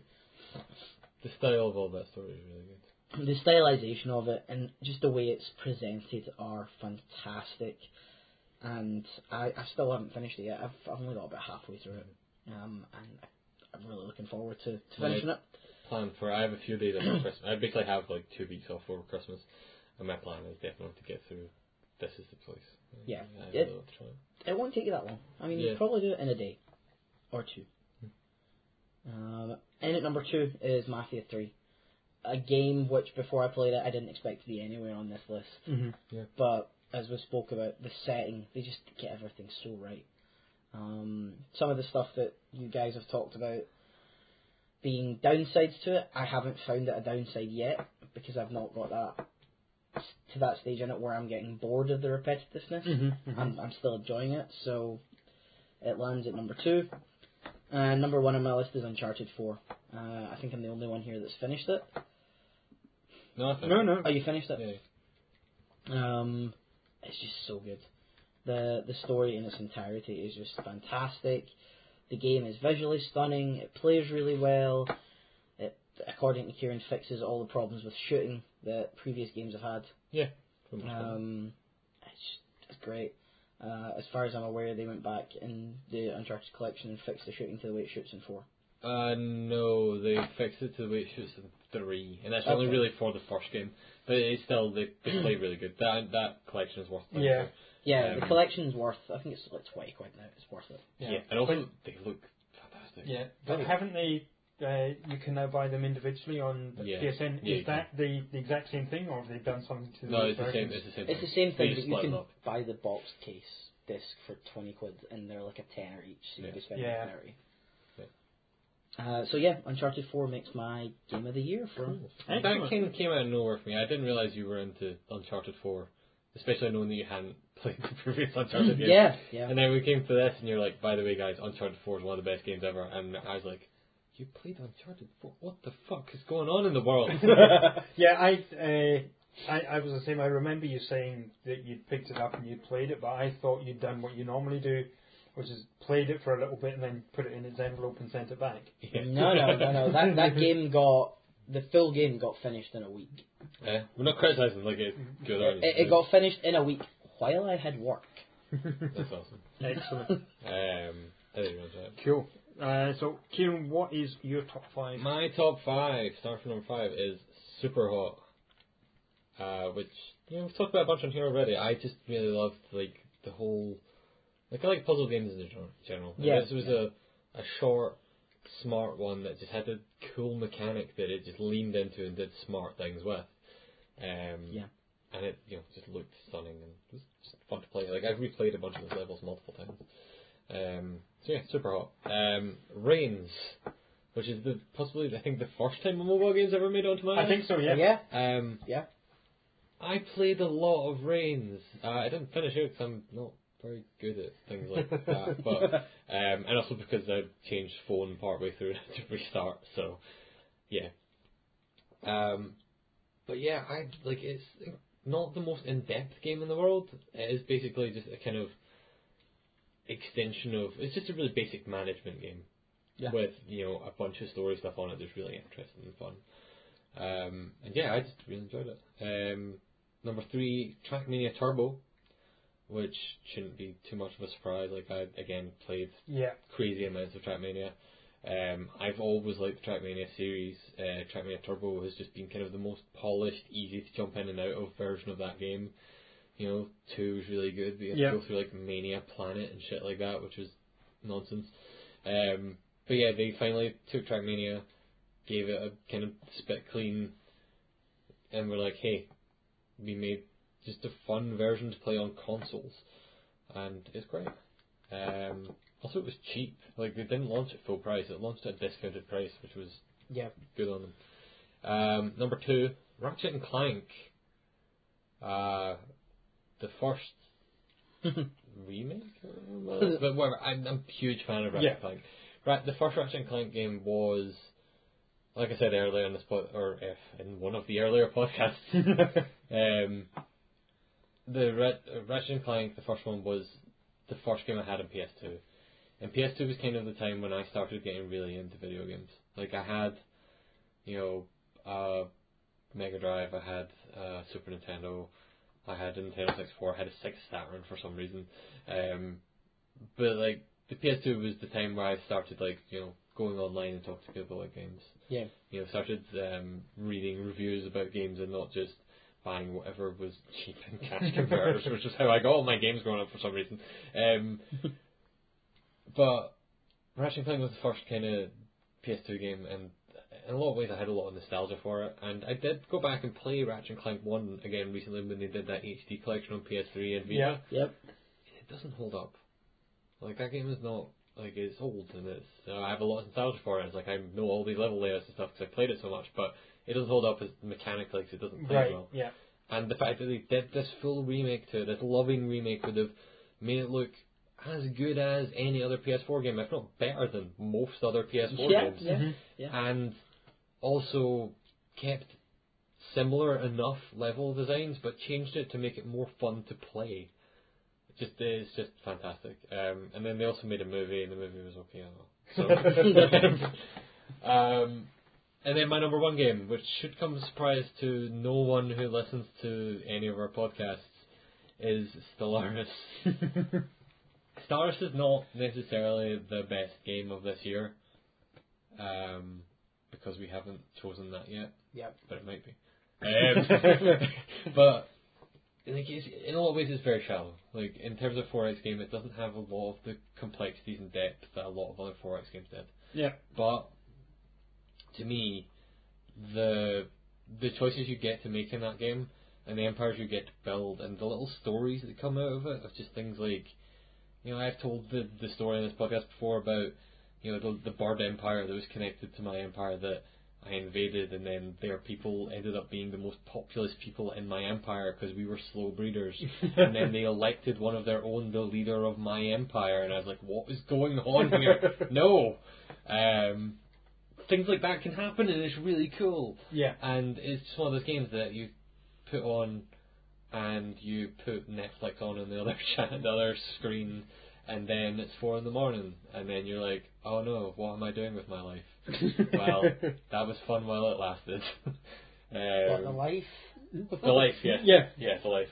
The style of all that story is really good.
the stylization of it and just the way it's presented are fantastic. And I, I still haven't finished it yet. I've, I've only got about halfway through it, um, and I, I'm really looking forward to, to
Right.
finishing it.
Plan for I have a few days after Christmas. I basically have like two weeks off over Christmas, and my plan is definitely to get through. This is the place.
Yeah.
I
It-
will try. it.
It won't take you that long. I mean, you
Yeah.
could probably do it in a day or two. Um, and at number two is Mafia Three, a game which before I played it I didn't expect to be anywhere on this list.
Mm-hmm.
but as we spoke about the setting, they just get everything so right. Um, some of the stuff that you guys have talked about being downsides to it, I haven't found it a downside yet because I've not got that to that stage in it where I'm getting bored of the repetitiveness.
Mm-hmm. Um,
I'm, I'm still enjoying it, so it lands at number two. Uh, number one on my list is Uncharted 4. Uh, I think I'm the only one here that's finished it.
No, I think.
No, no.
Oh, you finished it?
Yeah.
Um, it's just so good. The the story in its entirety is just fantastic. The game is visually stunning. It plays really well. It, according to Kieran, fixes all the problems with shooting that previous games have had.
Pretty much done.
Um, it's, just- it's great. Uh, as far as I'm aware, they went back in the Uncharted collection and fixed the shooting to the way it shoots in four.
Uh, no, they fixed it to the way it shoots in three, and that's only
Okay.
really for the first game. But it's still they, they
(clears throat)
play really good. That that collection is worth. playing
Yeah.
for.
Yeah, the
Um,
collection's worth. I think it's like twenty quid now. It's worth it.
yeah, and also they look fantastic.
Yeah, but
Very-
haven't they? Uh, you can now buy them individually on the
Yeah.
PSN.
Yeah, you
Is that the, the exact same thing, or have they done something to
No,
those
it's the same.
versions?
It's the same.
It's the same
They just
thing, but you
split
can
them up.
buy the boxed case disc for twenty quid, and they're like a tenner each, so you
Yeah.
can spend
Yeah.
thirty. Uh, so yeah, Uncharted Four makes my game of the year for
That came, came out of nowhere for me. I didn't realize you were into Uncharted Four, especially knowing that you hadn't (laughs) played the previous Uncharted game.
yeah, yeah.
And then we came to this, and you're like, by the way, guys, Uncharted 4 is one of the best games ever. And I was like, you played Uncharted 4? What the fuck is going on in the
(laughs)
world? (laughs)
Yeah, I, uh, I I was the same. I remember you saying that you'd picked it up and you'd played it, but I thought you'd done what you normally do, which is played it for a little bit and then put it in its envelope and sent it (laughs) back.
Yeah.
No, no, no, no. That that game got the full game got finished in a week.
(laughs) Eh, we're not criticising, like, it's good.
It,
honest,
it, it got finished in a week while I had work.
That's awesome.
Excellent.
Um, I didn't realize that.
cool. Uh, so, Kieran, what is your top five?
My top five, starting from number five, is Super Hot, uh, which you know, we've talked about a bunch on here already. I just really loved like the whole, like I like puzzle games in gen- general. And
Yeah,
this was a a short, smart one that just had a cool mechanic that it just leaned into and did smart things with. Um,
Yeah.
And it you know just looked stunning and it was just fun to play. Like I've replayed a bunch of those levels multiple times. Um, so yeah, super hot. Um, Reigns, which is the possibly I think the first time a mobile game's ever made onto my.
I think so,
(laughs)
yeah.
yeah,
Um,
Yeah.
I played a lot of Reigns. Uh, I didn't finish it 'cause I'm not very good at things
(laughs)
like that. But um, and also because I changed phone partway through (laughs) to restart. So yeah. Um, but yeah, I like it's not the most in-depth game in the world. It is basically just a kind of extension of. It's just a really basic management game
Yeah.
with you know a bunch of story stuff on it that's really interesting and fun. Um, and yeah, I just really enjoyed it. Um, number three, Trackmania Turbo, which shouldn't be too much of a surprise. Like I again played
Yeah.
crazy amounts of Trackmania. Um, I've always liked the Trackmania series. Uh, Trackmania Turbo has just been kind of the most polished, easy to jump in and out of version of that game. You know, two was really good, but you had
Yeah.
to go through like Mania Planet and shit like that, which was nonsense. Um, but yeah, they finally took Trackmania, gave it a kind of spit clean, and were like, hey, we made just a fun version to play on consoles, and it's great. Um, Also, it was cheap. Like they didn't launch at full price; it launched at a discounted price, which was
Yeah. (laughs)
good on them. Um, number two, Ratchet and Clank. Uh, the first remake, Uh, but whatever. I'm, I'm a huge fan of Ratchet
Yeah.
and Clank. Right, the first Ratchet and Clank game was, like I said earlier in this pod, or eh, in one of the earlier podcasts, (laughs) um, the Ra- uh, Ratchet and Clank, the first one was the first game I had on PS2, and PS2 was kind of the time when I started getting really into video games. Like I had, you know, uh, Mega Drive, I had uh, Super Nintendo, I had a Nintendo 64, I had a Sega Saturn for some reason. Um, but like the PS2 was the time where I started like you know going online and talking to people about games.
Yeah.
You know, started um, reading reviews about games and not just buying whatever was (laughs) cheap in cash converters, which is how I got all my games growing up for some reason. Um, but Ratchet and Clank was the first kind of PS2 game, and in a lot of ways I had a lot of nostalgia for it. And I did go back and play Ratchet and Clank 1 again recently when they did that HD collection on PS3 and Vita
Yeah.
Yep.
it doesn't hold up. Like that game is not like it's old and it's uh, I have a lot of nostalgia for it. It's like I know all these level layouts and stuff because I played it so much, but it doesn't hold up as mechanically 'cause it doesn't play
Right.
well.
Yeah.
And the fact that they did this full remake to it, this loving remake, would have made it look as good as any other PS4 game, if not better than most other PS4
Yeah.
games
Mm-hmm.
Yeah.
and also kept similar enough level designs, but changed it to make it more fun to play. It Just it's just fantastic. Um, and then they also made a movie, and the movie was okay. So, (laughs) um, and then my number one game, which should come as a surprise to no one who listens to any of our podcasts, is Stellaris. Stellaris is not necessarily the best game of this year um, because we haven't chosen that yet.
Yep.
But it might be. Um, (laughs) but like, it's, in a lot of ways, it's very shallow. Like in terms of 4X game, it doesn't have a lot of the complexities and depth that a lot of other 4X games did.
Yeah.
But to me, the the choices you get to make in that game and the empires you get to build and the little stories that come out of it of just things like you know, I've told the the story in this podcast before about, you know, the the bird empire that was connected to my empire that I invaded and then their people ended up being the most populous people in my empire because we were slow
(laughs)
breeders (laughs) and then they elected one of their own the leader of my empire, and I was like, what is going on here? no, um, things like that can happen, and it's really cool.
Yeah.
And it's just one of those games that you put on, and you put Netflix on on the other (laughs) chat, the other screen, and then it's four in the morning, and then you're like, oh no, what am I doing with my life?
(laughs)
well, that was fun while it lasted. (laughs)
What, the
um,
life?
the life, yes,
Yeah.
yeah, the life.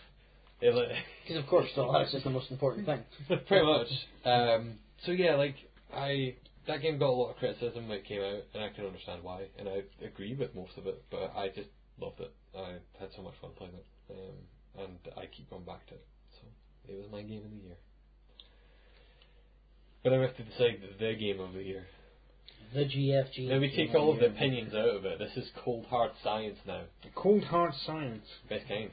It, li- (laughs)
Because of course, so that's just the most important thing.
Pretty much. Um, so yeah, like I that game got a lot of criticism when it came out, and I can understand why, and I agree with most of it. But I just loved it. I had so much fun playing it, um, and I keep going back to it. So it was my game of the year. But I have to decide the game of the year.
The GFG.
Now we take all of the opinions out of it. This is cold hard science now.
Cold hard science.
Best games,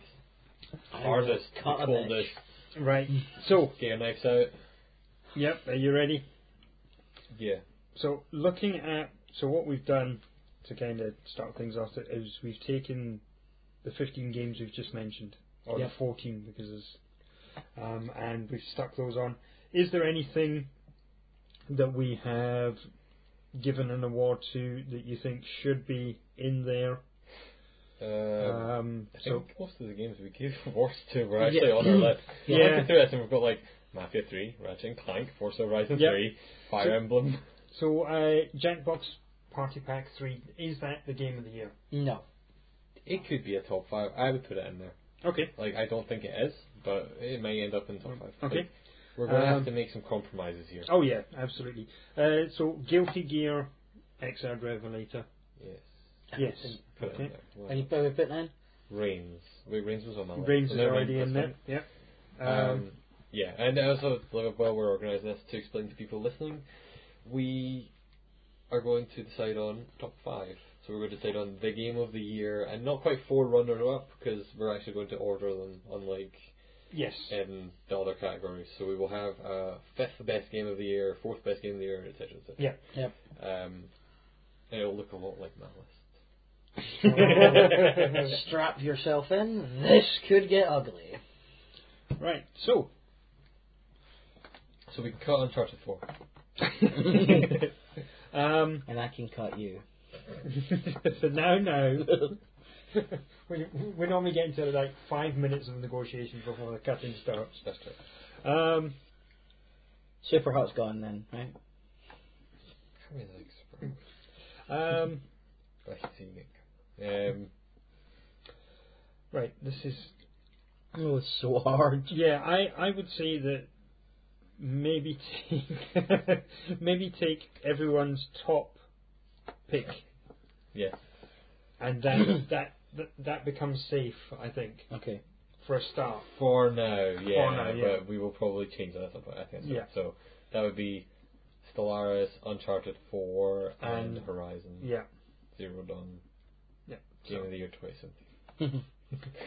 I will
hardest, the
cut a bitch.
coldest.
Right. (laughs) So,
Get your knives out.
yep. Are you ready?
Yeah.
So looking at so what we've done to kind of start things off is we've taken the 15 games we've just mentioned, or
Yeah.
the 14 because it's, um, and we've stuck those on. Is there anything that we have given an award to that you think should be in there?
Um,
Um,
I
so
think most of the games we (laughs) gave awards to were actually
Yeah. Hmm.
on our list.
Yeah.
Yeah. Looking through this, and we've got like Mafia 3, Ratchet and Clank, Forza Horizon
Yep.
3, Fire
So-
Emblem. (laughs)
so uh, Jackbox Party Pack 3 is that the game of the year?
No.
It could be a top five. I would put it in there.
Okay.
Like I don't think it is, but it may end up in top five.
Okay.
Like, we're going to
Um,
have to make some compromises here.
Oh yeah, absolutely. Uh, so Guilty Gear, Exiled Revelator.
Yes.
Yes.
Put it
Okay.
in there.
Are
Why
you
not?
probably put (laughs) that in?
Reigns. Wait, Reigns was on my list.
Brains
So
is
no,
already
was
in
fine.
there. Yep.
Um, yeah, and also like, while we're organising this to explain to people listening, we are going to decide on top five. So we're going to decide on the game of the year, and not quite four runner up because we're actually going to order them, unlike
Yes.
in the other categories. So we will have uh, fifth best game of the year, fourth best game of the year, etc. etc.
Yeah.
Yep.
Um, and it'll look a lot like my list.
Strap yourself in. This could get ugly.
Right, (laughs) so.
So we cut Uncharted 4.
um,
And I can cut you.
(laughs) so now, (laughs) now.
We, we normally get into like five minutes of negotiations before the cutting starts.
That's true.
Um,
Superhot's gone then, right?
I really like Super
um,
I see Nick. Um,
right, this is.
Oh, it's so hard.
Yeah, I, I would say that maybe take (laughs) maybe take everyone's top pick,
yeah.
and that
(clears throat)
that that, that becomes safe. I think
(laughs) Okay.
for a start.
For now, yeah.
now, yeah.
But we will probably change that up, I think. So.
Yeah.
So that would be Stellaris, Uncharted 4, and,
And-
Horizon (laughs)
Yeah.
Zero Dawn.
Yeah.
Game of the Year 2017.
(laughs)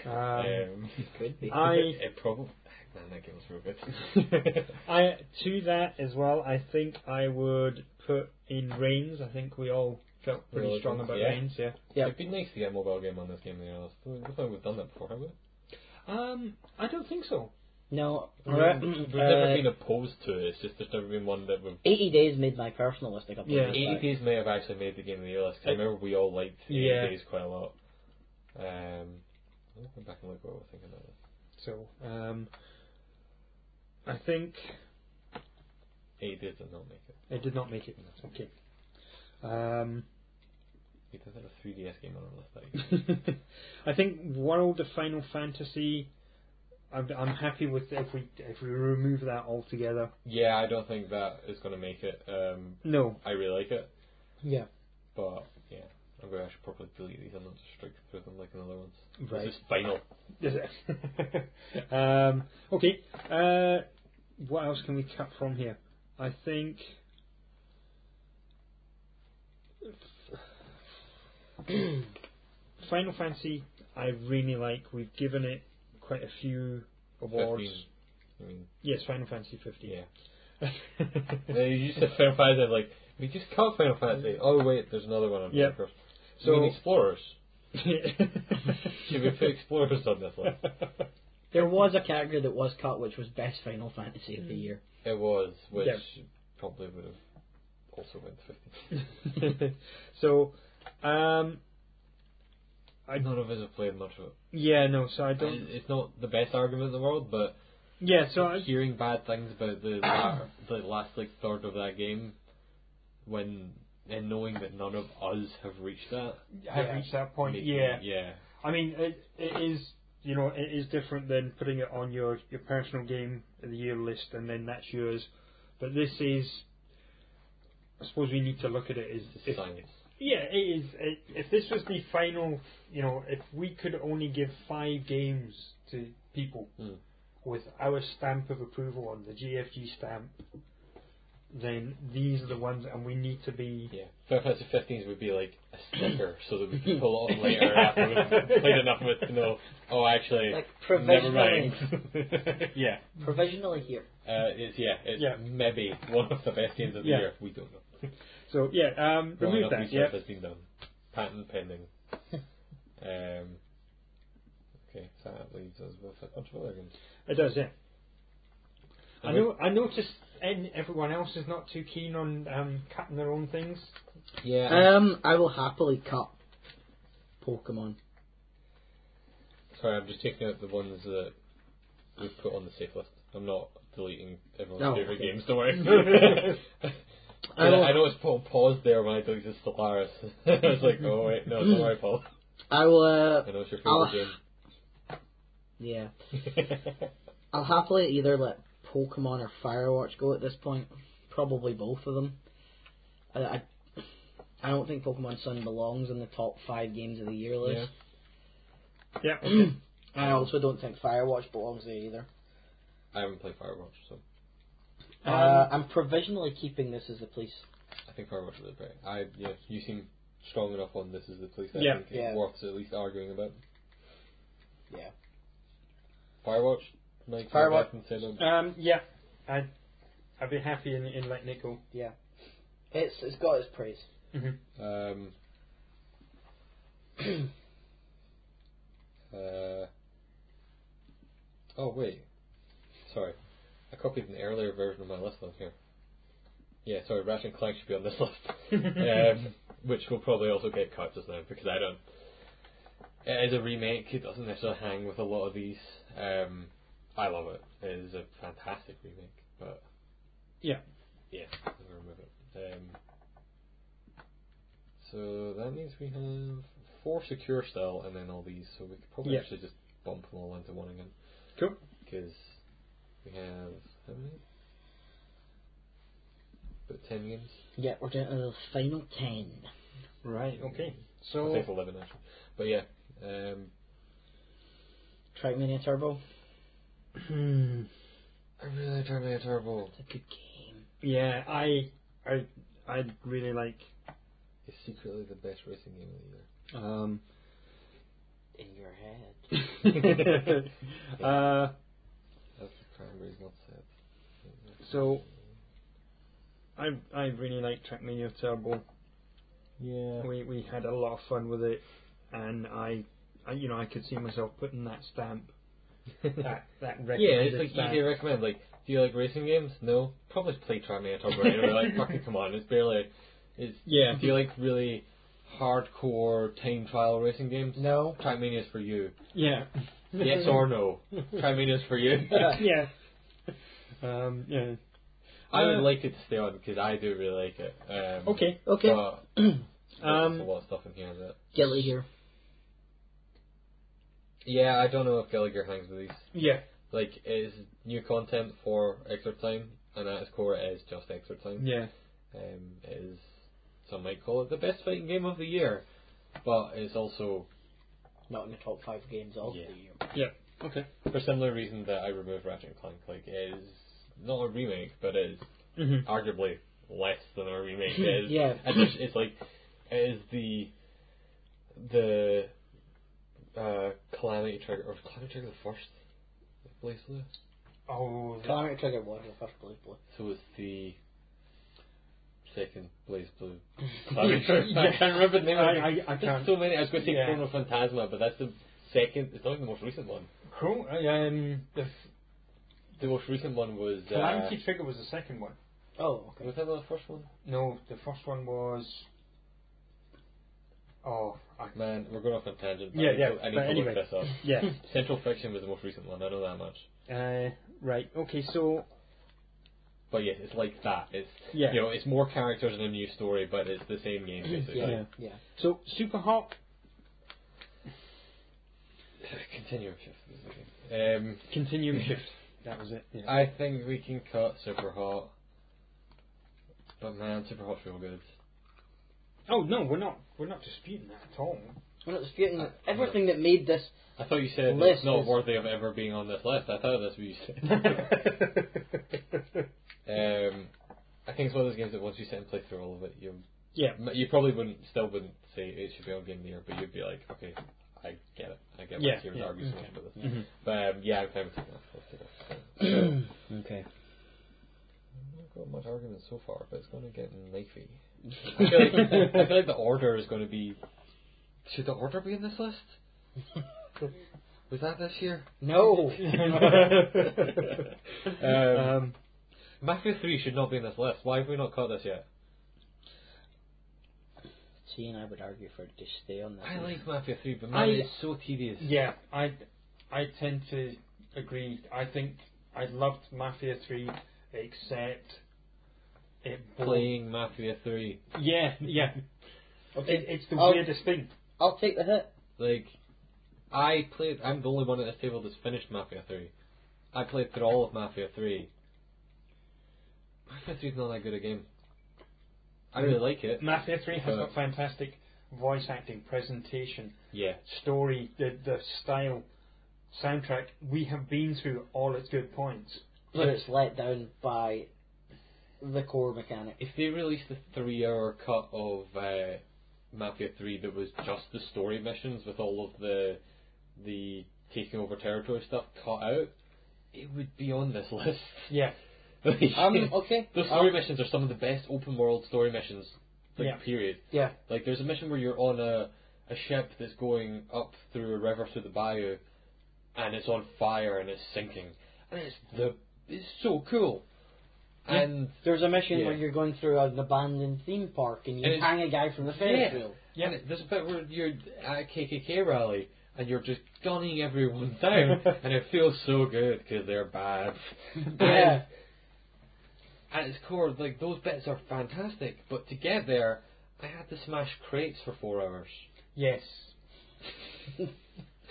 Um,
Um,
Could be.
(laughs)
I-
it probably. Man, that game was real good.
(laughs) I to that as well. I think I would put in Reigns. I think we all felt pretty
Really
strong
good,
about
yeah.
Reigns. Yeah.
Yeah.
It'd be nice to get a mobile game on this game. You know, I don't think we've done that before, have we?
Um, I don't think so.
No. mm, uh,
We've, we've
Uh,
never been opposed to it. It's just there's never been one that we've.
80 Days made my personal list a couple
Yeah.
of years back.
ADPs may have actually made the game of the year list. 'cause I
I-
remember we all liked the
Yeah.
ADPs quite a lot. Um, I'll go back and look what we're thinking about this.
So um, I think
ADPs did not make it.
it did not make it. Okay. Um, (laughs)
We did have a 3DS game on our list that year.
I think World of Final Fantasy. I'm, I'm happy with if we if we remove that altogether.
(laughs) yeah, I don't think that is going to make it. Um,
No.
I really like it,
Yeah.
but yeah. I'm going to actually probably delete these and not just strike through them like in the other ones.
Right.
This is final.
Is
(laughs)
it? (laughs) um, okay. Uh, what else can we cut from here? I
(clears throat)
think. Final Fantasy, I really like. We've given it quite a few awards.
15. I mean,
Yes, Final Fantasy 15. (laughs)
yeah. Yeah, you said Final Fantasy. I'm like, we just caught Final Fantasy. Oh wait, there's another one. on
Yep.
here.
So-
So Explorers. Should we put
yeah.
Explorers on this list?
There was a character that was cut, which was best Final Fantasy of the year.
It was, which
Yeah.
probably would have also went to 50.
(laughs) so, um, I
None of us have played much of it.
yeah, no. So I don't.
And It's not the best argument in the world, but
Yeah, so I,
hearing bad things about the
(coughs)
la- the last like third of that game, when and knowing that none of us have reached that.
Have
Yeah.
reached that point.
makes me-
Yeah.
yeah.
I mean, it, it is you know it is different than putting it on your your personal game of the year list and then that's yours. But this is, I suppose we need to look at it as
It's
if,
science.
yeah, it is. It, if this was the final, you know, if we could only give five games to people
Mm.
with our stamp of approval on the GFG stamp. Then these are the ones, and we need to be
Yeah, Final Fantasy 15 would be like a
(coughs)
sticker so that we can pull it off
(laughs)
later after we've played enough of it to know, oh, actually,
Like,
never
provisionally.
mind. (laughs)
(laughs)
yeah,
Provisionally here.
uh, it's, yeah, it's
Yeah.
maybe one of the best games of the
Yeah.
year. We don't know.
so. Yeah, um,
Well
remove
enough
that.
research
Yeah,
has been done. Patent
(laughs)
pending. um, okay, so that leaves us with a bunch of other games.
it does. Yeah. I
And we-
know. I noticed, and everyone else is not too keen on um, cutting their own things.
Yeah,
Uh,
Um, I will happily cut Pokemon.
sorry, I'm just taking out the ones that we've put on the safe list. I'm not deleting everyone's
Oh,
favourite
okay.
games, don't
(laughs)
worry. (laughs)
I
I,
will,
I know it's Paul paused there when I deleted the Stellaris. (laughs) I was like, oh wait, no, don't worry, Paul.
I will, uh,
I know it's your
I'll-
favorite
yeah.
(laughs)
game. (laughs)
I'll happily either let Pokemon or Firewatch go at this point. Probably both of them. I, I, I don't think Pokemon Sun belongs in the top five games of the year list.
Yeah.
(clears throat) I also don't think Firewatch belongs there either.
I haven't played Firewatch, so
uh, I'm provisionally keeping this as the police.
I think Firewatch is okay. I yeah, you seem strong enough on this as the police. I
Yeah.
think it's
Yeah.
worth at least arguing about.
Yeah.
Firewatch, Now you can
Firewatch.
go back and say them.
Um, yeah, I'd, I'd be happy in, in letting it go.
Yeah. It's it's got its praise.
Um, (clears throat) uh, oh wait, sorry, I copied an earlier version of my list on here. Yeah, sorry, Ratchet and Clank should be on this list, um, which will probably also get cut just now because I don't. It is a remake. It doesn't necessarily hang with a lot of these. Um, I love it. It is a fantastic remake, but
Yeah.
yeah, we'll remove it. Um, so that means we have four secure still, and then all these. So we could probably
Yeah.
actually just bump them all into one again.
Cool.
Because we have how many? About ten games.
Yeah, we're down to the final ten.
Right. Okay.
I
So
think eleven actually. But yeah, um,
Trackmania Turbo.
hmm,
I really like Terminator Turbo.
It's a good game.
yeah, I I I'd really like.
It's secretly the best racing game of the year.
Um, (laughs)
In your head.
uh,
That's the primary reason I'll say it.
so I I really like Trackmania Turbo.
Yeah.
We we had a lot of fun with it, and I, I you know I could see myself putting that stamp. that that
Yeah,
recommended
it's like
stamp.
easy to recommend. Like, do you like racing games? No, probably play Terminator Operator. We're
(laughs)
like, fucking come on, it's barely. It's
Yeah.
Do you like really hardcore time trial racing games?
No.
Trackmania's
(laughs)
for you.
Yeah.
Yes
(laughs)
or no? Trackmania's for you.
yeah. Um, yeah.
I would
Uh,
like it to stay on because I do really like it. Um,
Okay.
Okay.
But there's a
Um,
lot of stuff in here that.
Guilty Gear.
Yeah, I don't know if Gallagher hangs with these.
yeah.
Like, it is new content for extra time, and at its core, it is just extra time.
Yeah.
um, it is some might call it the best fighting game of the year, but it's also
Not in the top five games of
Yeah.
the year.
Okay.
for similar reason that I removed Ratchet and Clank. Like it is not a remake, but it is
Mm-hmm.
arguably less than a remake.
(laughs)
It is,
Yeah.
and it's, it's like it is the the uh, Calamity Trigger or was Calamity Trigger the first Blaze Blue.
Oh,
Calamity Trigger was the first Blaze Blue.
So it's the second Blaze (laughs) Blue. Calamity Trigger. I can't remember the name. of it.
I, I, I
There's
can't.
so many. I was going to say
Yeah.
Chrono Phantasma, but that's the second. It's not even the most recent one.
Cool. I, um, the
The most recent one was. Uh,
Calamity Trigger was the second one.
(laughs) Oh, okay.
was that the first one?
No, the first one was. Oh, I,
Man, we're going off on tangent.
Yeah,
I need
yeah,
To, I need
but
to
anyway.
look this up.
yeah.
Central Fiction was the most recent one. I know that much.
(laughs) Uh, right. Okay. So
But yes, it's like that. It's
Yeah.
you know, it's more characters and a new story, but it's the same game basically.
Yeah.
Yeah.
Yeah.
so Super Hawk
Continue. Um,
Continuum Shift. That was it. Yeah.
I think we can cut Super Hot. But man, Super Hot's real good.
Oh no, we're not. We're not disputing that at (laughs) all.
We're not disputing
Uh,
that everything that made this.
I thought you said
List
it's not
is-
worthy of ever being on this list. I thought that's what you
(laughs)
said. um, I think it's one of those games that once you sit and play through all of it, you
Yeah.
m- you probably wouldn't still wouldn't say it should be on game of the year, but you'd be like, okay, I get it, I get
Yeah,
what you're
yeah,
arguing
okay.
about this.
Mhm.
But um, yeah, I'm kind of taking off. I've Mm-hmm.
(clears throat) okay.
not got much argument so far, but it's going to get knifey. (laughs) I feel, like, I feel like the order is going to be. Should the order be in this list? (laughs) Was that this year?
No.
(laughs) um,
Um,
Mafia 3 should not be in this list. Why have we not caught this yet?
See, and I would argue for it to stay on this.
I like
list.
Mafia 3, but
I-
man, it's so tedious.
yeah, I, I tend to agree. I think I loved Mafia Three, except it bore-
Playing Mafia 3.
Yeah, yeah.
Okay.
It, it's the
I'll,
weirdest thing.
I'll take the hit.
Like, I played. I'm the only one at this table that's finished Mafia 3. I played through all of Mafia 3. Mafia 3 is not that good a game. I really like it.
Mafia Three has
But-
got fantastic voice acting, presentation,
Yeah.
story, the the style, soundtrack. We have been through all its good points.
But it's let down by the core mechanic.
If they released the three hour cut of uh, Mafia 3 that was just the story missions with all of the the taking over territory stuff cut out, it would be on this (laughs) list.
Yeah.
Um, okay.
Those story missions are some of (laughs) the best open world story missions, like
Yeah.
period.
Yeah.
Like there's a mission where you're on a a ship that's going up through a river through the bayou, and it's on fire and it's sinking, and it's the it's so cool,
Yeah.
and
There's a mission
Yeah.
where you're going through an abandoned theme park and you
And it's-
hang a guy from the Ferris
Yeah.
wheel.
yeah, and it- there's a bit where you're at a KKK rally and you're just gunning everyone down, and it feels so good because they're bad.
Yeah.
And at its core, like those bits are fantastic, but to get there, I had to smash crates for four hours. (laughs)
Yes.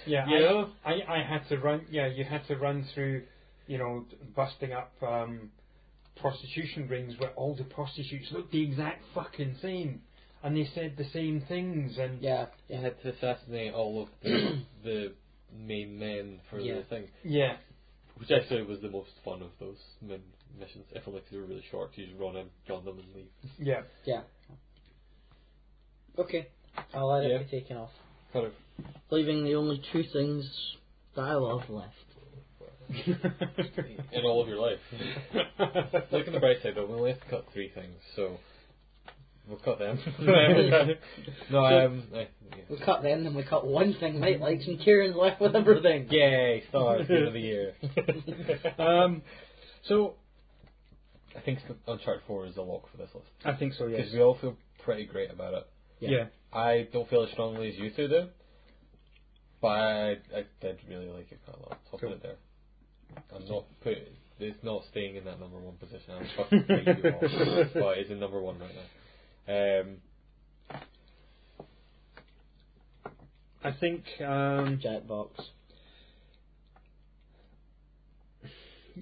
yeah.
You know?
I, I I had to run. Yeah, you had to run through, you know, busting up um, prostitution rings where all the prostitutes looked the exact fucking same, and they said the same things, and
Yeah.
You had to assassinate all of the, the main men for
Yeah.
the thing,
yeah,
which actually was the most fun of those min- missions. If only 'cause they were really short, you just run in, gun them, and leave.
yeah.
Okay. I'll let
Yeah.
it be taken off.
Kind of
Leaving the only two things that I love left.
in
(laughs)
all of your life. Look on the bright side, though. We only have to cut three things, so we'll cut them. no, um, I,
We
yeah.
cut them, then we cut one thing Mike likes, and Kieran's left with everything.
yay, stars game of the
(laughs)
year.
Um, so
I think Uncharted Four is the lock for this list
I think so. Yes.
because we all feel pretty great about it.
Yeah.
I don't feel as strongly as you two do, but I, I did really like it quite a lot. So I'll
Cool.
put it there. I'm not put. It's not staying in that number one position. I'm fucking taking it (laughs) off, but it's in number one right now. Um,
I think um,
Jackbox.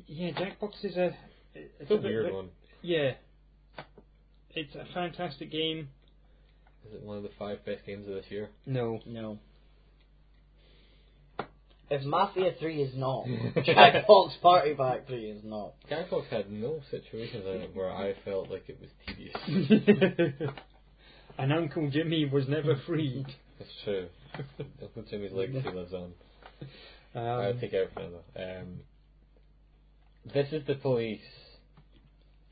yeah, Jackbox is a
it's a weird
bit-
one.
Yeah, it's a fantastic game.
Is it one of the five best games of this year?
(laughs)
No,
No. If Mafia 3 is not, Jackbox Party Pack 3 is not.
Gagbox had no situations in it where I felt like it was tedious. (laughs)
and Uncle Jimmy was never freed.
(laughs) It's true. Uncle Jimmy's legacy lives on. I'll
Um,
(laughs)
take out another. Um, this is the police.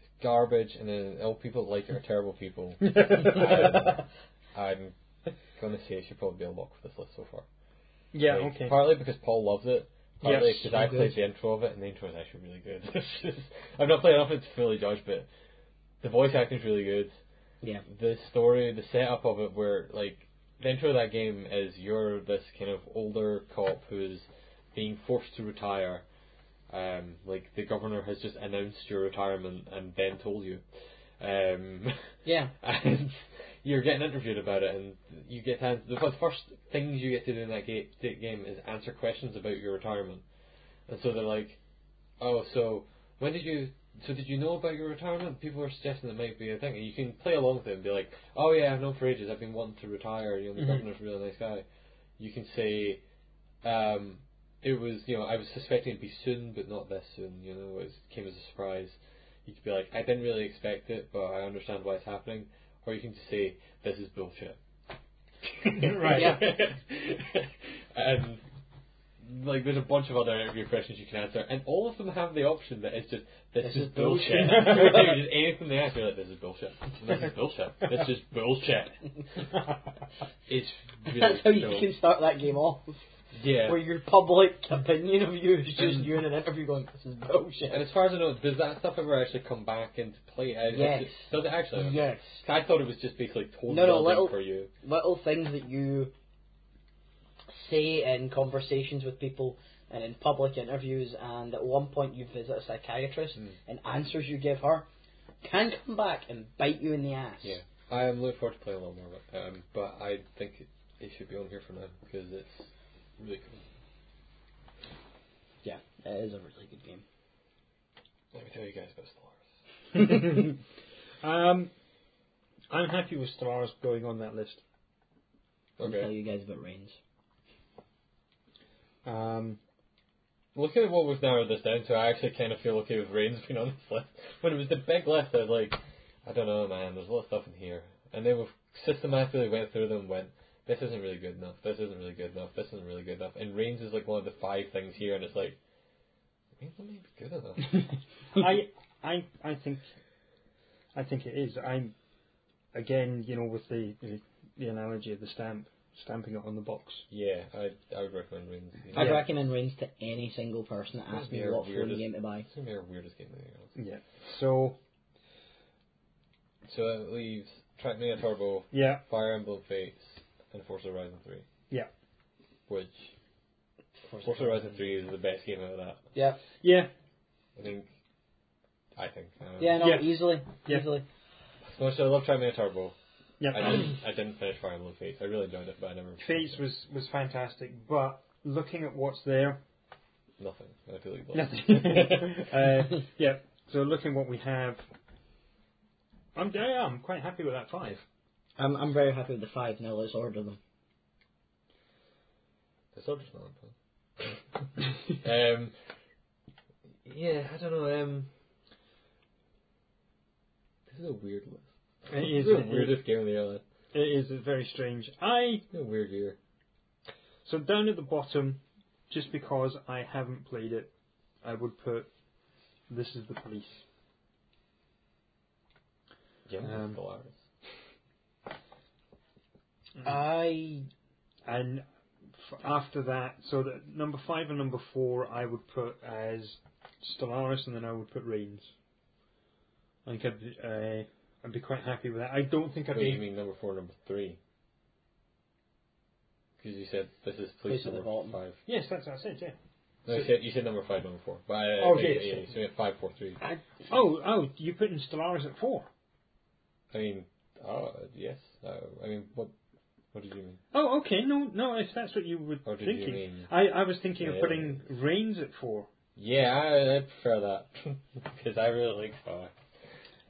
It's garbage, and then all people that like it are terrible
(laughs)
people. Um, I'm gonna say it should probably be a lock for this list so far.
yeah.
Like,
Okay.
(laughs)
Partly because Paul loves it. Partly
Yes,
because I played the intro of it, and the intro is actually really good. (laughs) It's just- I've not played enough of it to fully judge, but the voice acting is really good.
Yeah.
The story, the setup of it, where like the intro of that game is you're this kind of older cop who's being forced to retire. Um, like the governor has just announced your retirement and then told you. Um, (laughs)
Yeah.
and you're getting interviewed about it, and you get to ans- the fir- first things you get to do in that ga- t- game is answer questions about your retirement. And so they're like, "Oh, so when did you? So did you know about your retirement? People are suggesting it might be a thing, and you can play along with it and be like, "Oh yeah, I've known for ages. I've been wanting to retire. You know, the
Mhm.
governor's a really nice guy." You can say, um, "It was you know I was suspecting it'd be soon, but not this soon. You know, it was, came as a surprise." You could be like, "I didn't really expect it, but I understand why it's happening." Or you can just say, this is
(laughs)
bullshit.
Right.
(laughs) and, like, there's a bunch of other interview questions you can answer, and all of them have the option that it's just, this,
This
is,
is
bullshit.
bullshit.
(laughs) Just anything they ask, you're like, this is bullshit. This is bullshit. This is
(laughs)
bullshit. It's really
That's how you
cool.
can start that game off.
Yeah.
Where your public opinion of you is just you in an interview going, this is
And
bullshit.
as far as I know, does that stuff ever actually come back into play? I-
Yes.
Does it actually?
Yes.
I thought it was just basically told
No, no,
building
little-
for you.
Little things that you say in conversations with people and in public interviews, and at one point you visit a psychiatrist,
Mm.
and answers you give her can come back and bite you in the ass.
Yeah, I am looking forward to playing a lot more of it, um, but I think it, it should be on here for now because it's really cool.
Yeah, it is a really good game.
Let me tell you guys about Stellaris.
um, I'm happy with Stellaris going on that list.
I'll tell
Okay,
you guys about Reigns.
(laughs)
Um,
looking at what we've narrowed this down to, I actually kind of feel okay with Reigns being on this list. (laughs) When it was the big list, I was like, I don't know, man. There's a lot of stuff in here, and then we've systematically went through them. and Went, this isn't really good enough. This isn't really good enough. This isn't really good enough. And Reigns is like one of the five things here, and it's like, Anthem may be good at that.
I I I think I think it is. I'm again, you know, with the the, the analogy of the stamp stamping it on the box.
(laughs) yeah, I I would recommend Reigns.
I would recommend Reigns to any single person that
That'd
asks
be
me
our
what phone
weirdest-
game to buy.
It's gonna be our weirdest game than anything else.
Yeah. So
So that leaves Trackmania Turbo,
yeah,
Fire Emblem Fates, and Forza Horizon Three.
Yeah.
Which Forza Horizon Three is the best game out of that.
Yeah,
yeah,
I think. I think. I don't
yeah,
know.
no,
Yeah.
easily,
Yeah.
easily.
As much as I love Trackmania Turbo,
yeah.
I didn't. I didn't finish Fire Emblem Fates. I really enjoyed it, but I never.
Fates was was fantastic, but looking at what's there,
Nothing. I feel like
nothing. (laughs)
(laughs)
uh, yeah. So looking at what we have, I'm yeah, I'm quite happy with that five.
I'm I'm very happy with the five. Now let's order them.
The soldier's not on plan. um, yeah, I don't know. Um, this is a weird list.
It
This is
is
the
it is-
weirdest game of the year. list.
it is very strange. I
It's been a weird year.
So down at the bottom, just because I haven't played it, I would put this is the police.
Yeah,
Um,
Polaris.
Ah.
I
And f- after that, so that number five and number four, I would put as Stellaris, and then I would put Reigns. I think I'd be, uh, I'd be quite happy with that. I don't think I'd
Wait, you
be.
mean number four, number three? Because you said this is
Place
police
at the
number
bottom.
five.
Yes, that's what I said. Yeah.
No, you said, you said number five, number four. But I,
Oh,
I,
yeah,
yeah,
yeah.
yeah, so we have five, four, three.
Oh, oh, you put in Stellaris at four.
I mean, oh yes. Uh, I mean, what? What did you mean?
Oh, okay. No, no. If that's what you were
Or Oh, did you
thinking,
mean-
I, I was thinking
Yeah.
of putting Reigns at four.
Yeah, I, I prefer that (laughs) because I really like Um,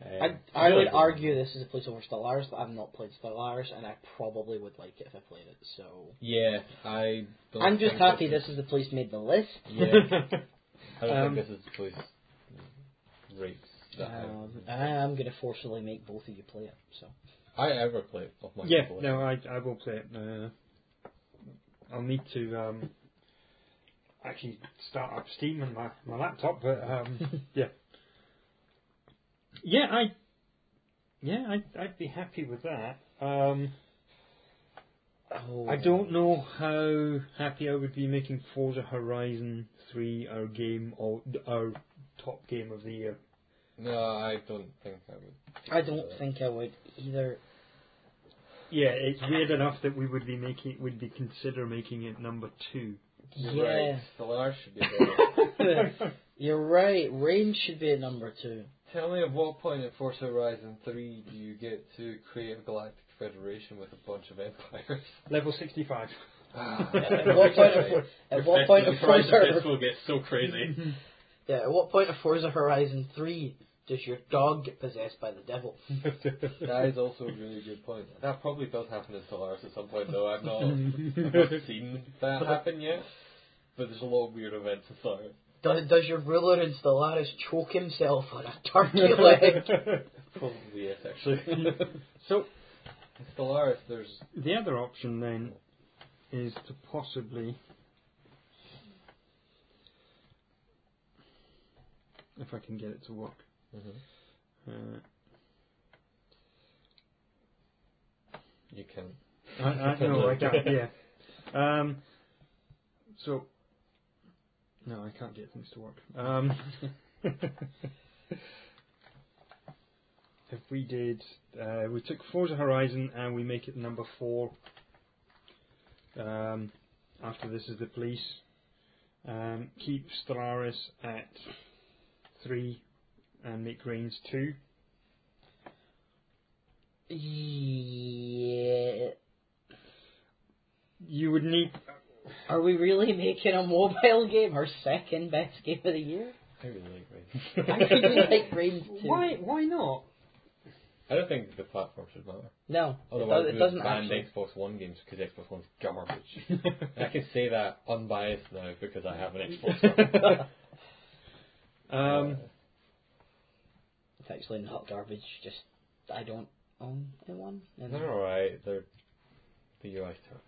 Fire.
I, I would argue this is a place over Stellaris, but I've not played Stellaris, and I probably would like it if I played it. So
Yeah, I. Don't
I'm just
think
happy
this.
this is the place made the list.
Yeah,
(laughs)
(laughs)
I don't
Um,
think this is the place. Rakes. That
Um, and I am going to forcefully make both of you play it.
(laughs)
So
I, I ever played off my
yeah,
people.
no, I I will play it. Uh, I'll need to um, actually start up Steam on my, my laptop, but um, yeah, (laughs) yeah, I yeah, I I'd be happy with that. Um,
oh,
I don't know how happy I would be making Forza Horizon Three our game or our top game of the year.
No, I don't think I would.
I don't think I would either.
Yeah, it's weird enough that we would be making would be consider making it number two.
Yeah,
The large
(laughs)
should be there.
you're right. Rain should be at number two.
Tell me at what point in Forza Horizon 3 do you get to create a galactic federation with a bunch of empires?
Level sixty (laughs) five.
Ah,
At what point
(laughs)
of at what point of Forza
will get so crazy.
yeah, at what point of Forza Horizon three does your dog get possessed by the devil?
that is also a really good point. That probably does happen in Solaris at some point, though. I've not, I've (laughs) not seen that happen yet. But there's a lot of weird events in Solaris.
Does, does your ruler in Stellaris choke himself on a
(laughs)
turkey leg?
Probably yes, (laughs) actually.
So
in Solaris, there's
the other option then is to possibly, if I can get it to work,
Mm-hmm.
uh,
you can.
I, I no, I (laughs) can't. Yeah. Um, so no, I can't get things to work. Um, (laughs) if we did, uh, we took Forza Horizon and we make it number four. Um, after this is the police. Um, keep Stellaris at three, and make Reigns two.
Yeah.
You would need
Are we really making a mobile game our second best game of the year?
I really like Rain.
I could be (laughs) like Rain too.
why? Why not?
(laughs) I don't think the platform should matter.
No, it,
Otherwise,
does,
we
it
would
doesn't
ban
actually.
Xbox One games because Xbox One's
(laughs)
garbage. I can say that unbiased now because I have an
(laughs)
Xbox One.
Um,
It's actually not garbage. Just I don't own the one.
Uh,
And
they're alright. They're the UI's terrible.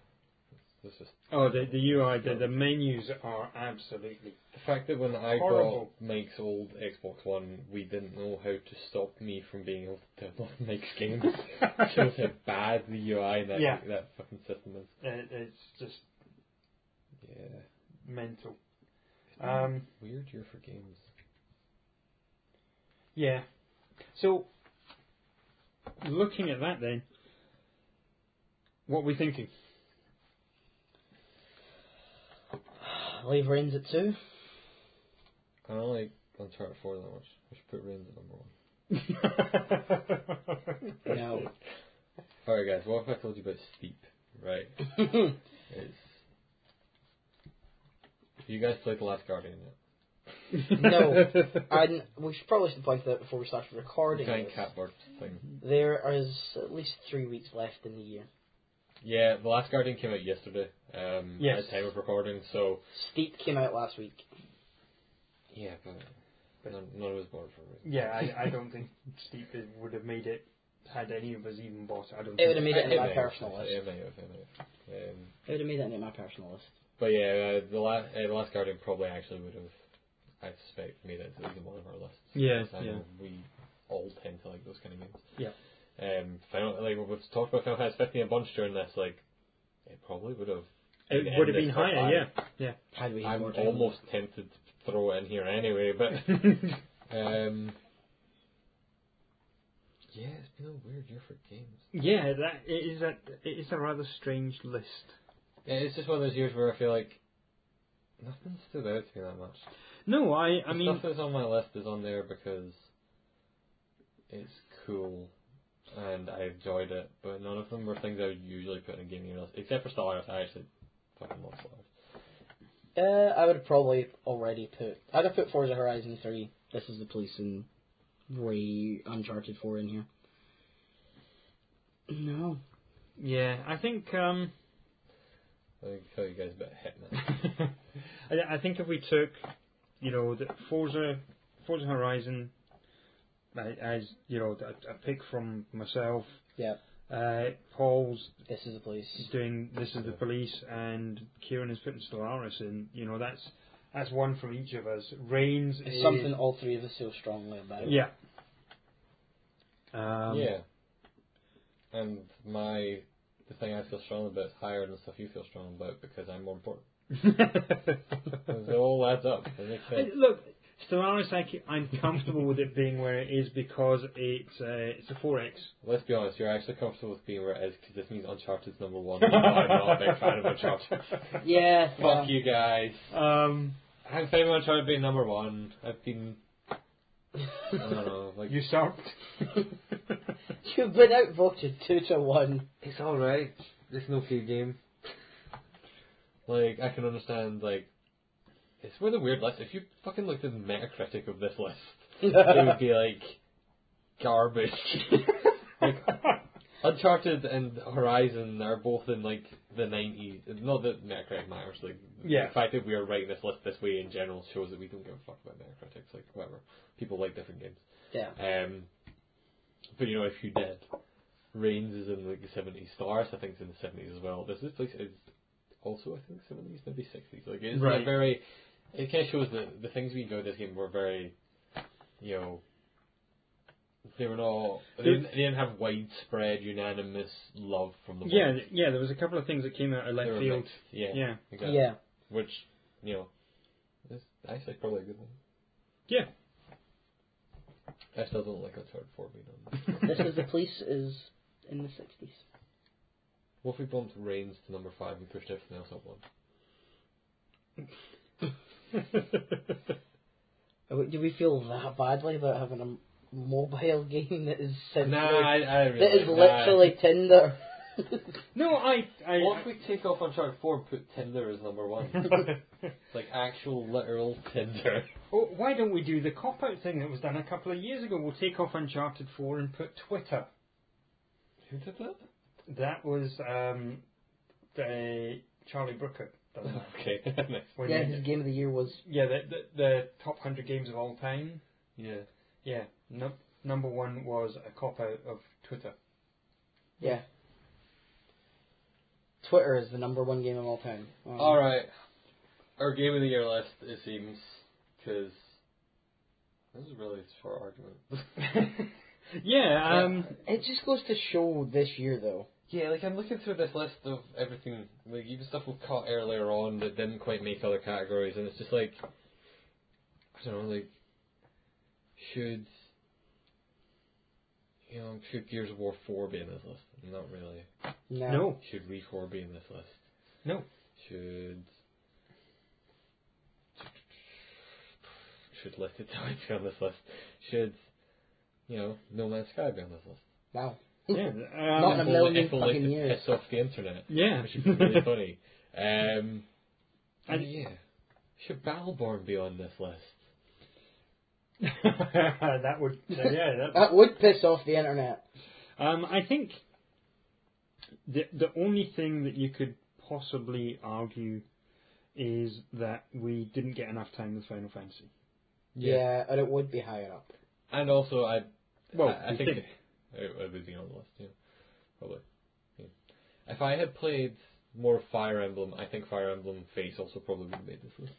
It's It's just
Oh, the, the UI, the, the menus are absolutely.
the fact that when I
Horrible.
got Mike's old Xbox One, we didn't know how to stop me from being able to download (laughs) Mike's
(laughs)
games. Shows how bad the UI and that
Yeah.
that fucking system is.
It, uh, it's just
Yeah,
mental.
Isn't it
Um,
a weird year for games.
yeah. So, looking at that then, what are we thinking? (laughs)
Leave Reigns at two.
I don't like Uncharted 4 that much. I should put Reigns at number one. (laughs)
No.
Alright, guys, what if I told you about Steep? Right. It's. You guys played The Last Guardian yet?
no. And we should probably should point that before we started
The
recording.
giant
this.
catbird thing.
Mm-hmm. There is at least three weeks left in the year.
Yeah, The Last Guardian came out yesterday. Um,
Yes.
At the time of recording, so.
Steep came out last week.
Yeah, but. None, none of us bought it for a reason.
Yeah, I,
(laughs)
I don't think Steep would have made it had any of us even bought it. I don't
It
think
would have made it into
It
my
may have,
personal list.
It may have, it may have. Um,
It would have made it into my personal list.
but yeah, uh, the last uh, the last Guardian probably actually would have, I suspect, made it to one of our lists.
Yeah,
I
yeah.
know we all tend to like those kind of games.
Yeah.
Um, Final, like we've talked about Final Fantasy 15 a bunch during this. Like, it probably would have.
It
been in
would have
this
been
top
higher,
five.
yeah. (laughs)
Had we had
I'm
more time.
almost tempted to throw it in here anyway,
(laughs)
but um, yeah, it's been a weird year for games.
Yeah, that it is a it is a rather strange list.
Yeah, It's just one of those years where I feel like nothing stood out to me that much.
No, I I
the
mean
stuff that's on my list is on there because it's cool and I enjoyed it, but none of them were things I would usually put in a gaming list, except for Stellaris. I actually fucking love Stellaris.
Uh, I would have probably already put. I'd have put Forza Horizon 3. This is the police and way Uncharted 4 in here. No.
yeah, I think um
Let me tell you guys about Hitman.
(laughs) I, I think if we took you know the Forza Forza Horizon a- as you know a, a pick from myself.
Yeah.
Uh, Paul's
This is the police.
is doing this is the police and Kieran is putting Stellaris in. You know that's that's one from each of us. Reigns
It's
is
something all three of us feel strongly about.
Yeah. Um,
yeah. And my the thing I feel strong about is higher than the stuff you feel strong about because I'm more important. (laughs)
(laughs)
it all adds up. It makes sense.
Um, (laughs) Look, Stellaris, I, c- I'm comfortable with it being where it is because it's uh, it's a 4X.
Let's be honest, you're actually comfortable with being where it is because this means Uncharted's number
(laughs)
one. and I'm not a big fan of Uncharted.
Yeah. yeah.
Fuck you guys.
Um,
I'm fine with Uncharted being number one. I've been. I don't (laughs) know. Like
you sucked.
You've been outvoted two to one.
it's all right. It's an okay game. Like I can understand. Like it's with a weird list. If you fucking looked at the Metacritic of this list, it would be like (laughs) garbage. like Uncharted and Horizon are both in like the nineties. Not that Metacritic matters. Like
Yeah.
the fact that we are writing this list this way in general shows that we don't give a fuck about Metacritic. It's Like whatever, people like different games.
Yeah.
Um, but you know, if you did, Reigns is in like the seventies. Stars, I think, is in the seventies as well. There's this place is also, I think, seventies, maybe sixties. Like it's like
Right.
very. It kind of shows that the things we enjoyed this game were very, you know. They were not. They
There-
didn't, they didn't have widespread, unanimous love from the world.
yeah, th- yeah. There was a couple of things that came out of
They
left
were
field.
mixed. Yeah,
Yeah.
exactly.
Yeah.
Which, you know, is actually probably a good one.
Yeah.
I still don't like Uncharted 4 being on. there.
This is the police is in the 60s.
What if we bumped Reigns to number five and pushed everything else up one?
Oh, Do we feel that badly about having a m- mobile (laughs) game that is simply,
I
that is literally Tinder?
No, I. I,
What if we take off Uncharted 4 and put Tinder as number (laughs)
(laughs)
one? like actual literal Tinder.
Oh, why don't we do the cop out thing that was done a couple of years ago? We'll take off Uncharted 4 and put Twitter.
(laughs) Who did that?
That was um, the Charlie Brooker.
(laughs)
done that.
Okay, nice.
When
yeah,
he-
his game of the year was
Yeah, the, the, the top 100 games of all time.
Yeah.
Yeah, no, number one was a cop out of Twitter.
yeah. Twitter is the number one game of all time. Um,
All right, our game of the year list. It seems because this is really for argument.
Yeah, um,
It just goes to show this year, though.
yeah, like I'm looking through this list of everything, like even stuff we caught earlier on that didn't quite make other categories, and it's just like I don't know, like should you know should Gears of War four be in this list? Not really.
No.
(laughs)
no.
Should Wii four be in this list?
No.
Should should Let It Die be on this list? Should you know No Man's Sky be on this list?
Wow.
Yeah,
Not
um,
in
If
a
only-
million
if only
fucking
to
years.
Piss off the internet. (laughs)
yeah.
Which would be really funny. Um,
And-
yeah, should Battleborn be on this list?
(laughs) that would yeah that
That would piss off the internet.
Um, I think the the only thing that you could possibly argue is that we didn't get enough time with Final Fantasy.
Yeah, and it would be higher up.
And also, I
Well,
I, I
we
think
did.
(laughs) it, it would be on the list. Yeah, probably. Yeah. If I had played more Fire Emblem, I think Fire Emblem Face also probably would have made this list.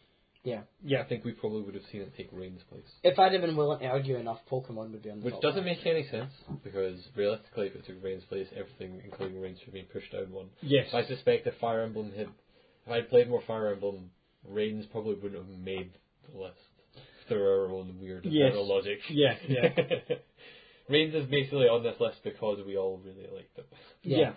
I
yeah,
think we probably would have seen it take Rain's place.
If I'd have been willing to argue enough, Pokemon would be on the
Which
top
doesn't
five.
make any sense, because realistically, if it took Rain's place, everything, including Rain, should have been pushed down one.
yes,
I
(laughs)
suspect if Fire Emblem had. If I'd played more Fire Emblem, Rain's probably wouldn't have made the list. Through our own weird
Yes.
internal logic.
yeah,
(laughs)
yeah,
Reigns is basically on this list because we all really liked Um, it.
Yeah.
yeah.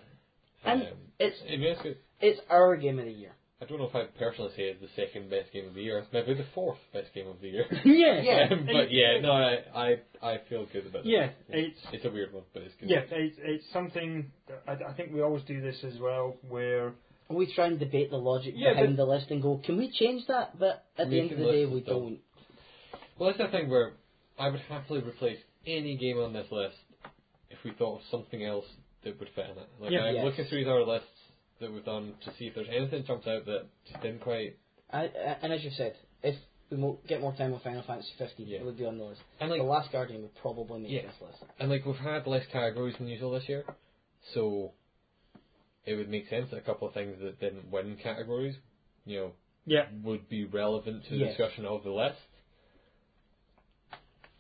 And it's
I mean, it's good.
it's our game of the year.
I don't know if I personally say it's the second best game of the year. It's maybe the fourth best game of
(laughs)
the year.
yeah,
Yeah,
Um, but yeah, no, I, I I feel good about it.
yeah. It's
It's a weird one, but it's good.
yeah it's, it's something that I, I think we always do this as well where
We try and debate the logic
Yeah,
behind the list and go, can we change that? But at the
We
end of
can
the day,
listen
we
to them.
don't.
Well, that's the thing where I would happily replace any game on this list if we thought of something else that would fit in it. Like
Yeah.
I'm
Yes.
looking through our lists that we've done to see if there's anything that jumps out that just didn't quite.
I, I, and as you said, if we mo- get more time with Final Fantasy 15,
Yeah.
it would be on the list.
And like
the Last Guardian would probably make
Yeah.
this list.
and like we've had less categories than usual this year, so it would make sense that a couple of things that didn't win categories, you know,
Yeah.
would be relevant to the
Yes.
discussion of the list.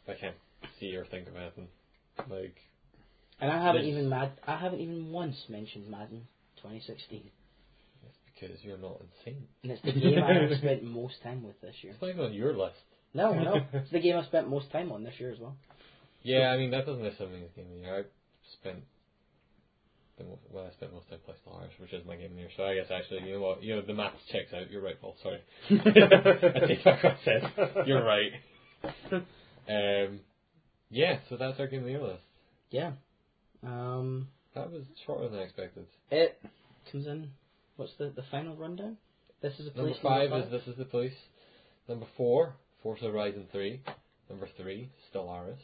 I can't see or think of anything. Like
And I haven't
There's-
even mad. I haven't even once mentioned Madden 2016,
it's because you're not insane.
and it's the game I
(laughs)
have spent most time with this year.
It's not even on your list.
No, no, it's the game I spent most time on this year as well.
Yeah, I mean that doesn't necessarily mean it's game of the year. I spent the most, well, I spent most time playing Star Wars, which is my game of the year. So I guess actually, you know what, you know the math checks out. You're right, Paul. Sorry, (laughs) I take back what I said. You're right. Um, yeah, so that's our game of the year list.
Yeah. Um,
That was shorter than I expected.
it comes in. What's the the final rundown? This is a
Number
place.
five is This Is the Place. Number four, Forza Horizon 3. Number three, Stellaris.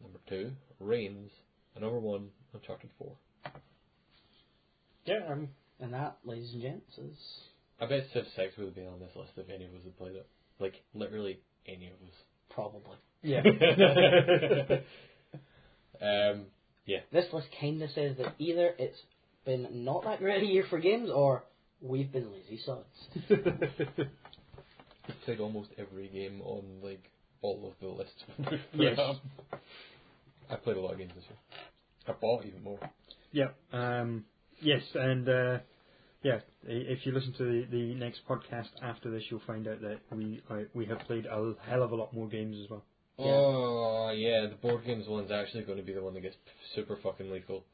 Number two, Reigns. And number one, Uncharted 4.
yeah um,
and that, ladies and gents, is
I bet Civ 6 would have been on this list if any of us had played it. Like, literally any of
probably
(laughs)
yeah
us. (laughs) um,
this list kind of says that either it's been not that great a year for games, or we've been lazy sods.
I played almost every game on, like, all of the lists.
(laughs)
(laughs)
Yes.
I played a lot of games this year. I bought even more.
Yeah. Um, yes, and uh, yeah, i- if you listen to the, the next podcast after this, you'll find out that we uh, we have played a hell of a lot more games as well.
Yeah.
Oh yeah, the board games one's actually going to be the one that gets p- super fucking (laughs) lethal.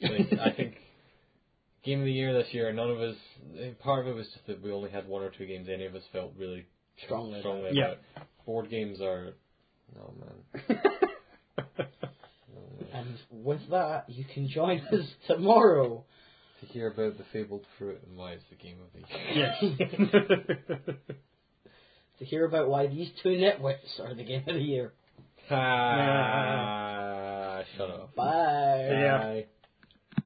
Like, I think game of the year this year. None of us. eh, Part of it was just that we only had one or two games any of us felt really
Strongly.
strongly
Yeah.
about. Board games are. No man. No, man.
And with that, you can join us (laughs) tomorrow.
To hear about the fabled fruit and why it's the game of (laughs)
(laughs)
the year.
Yes.
to hear about why these two nitwits are the game of the year.
Ah, shut up.
Bye.
Yeah.
Bye.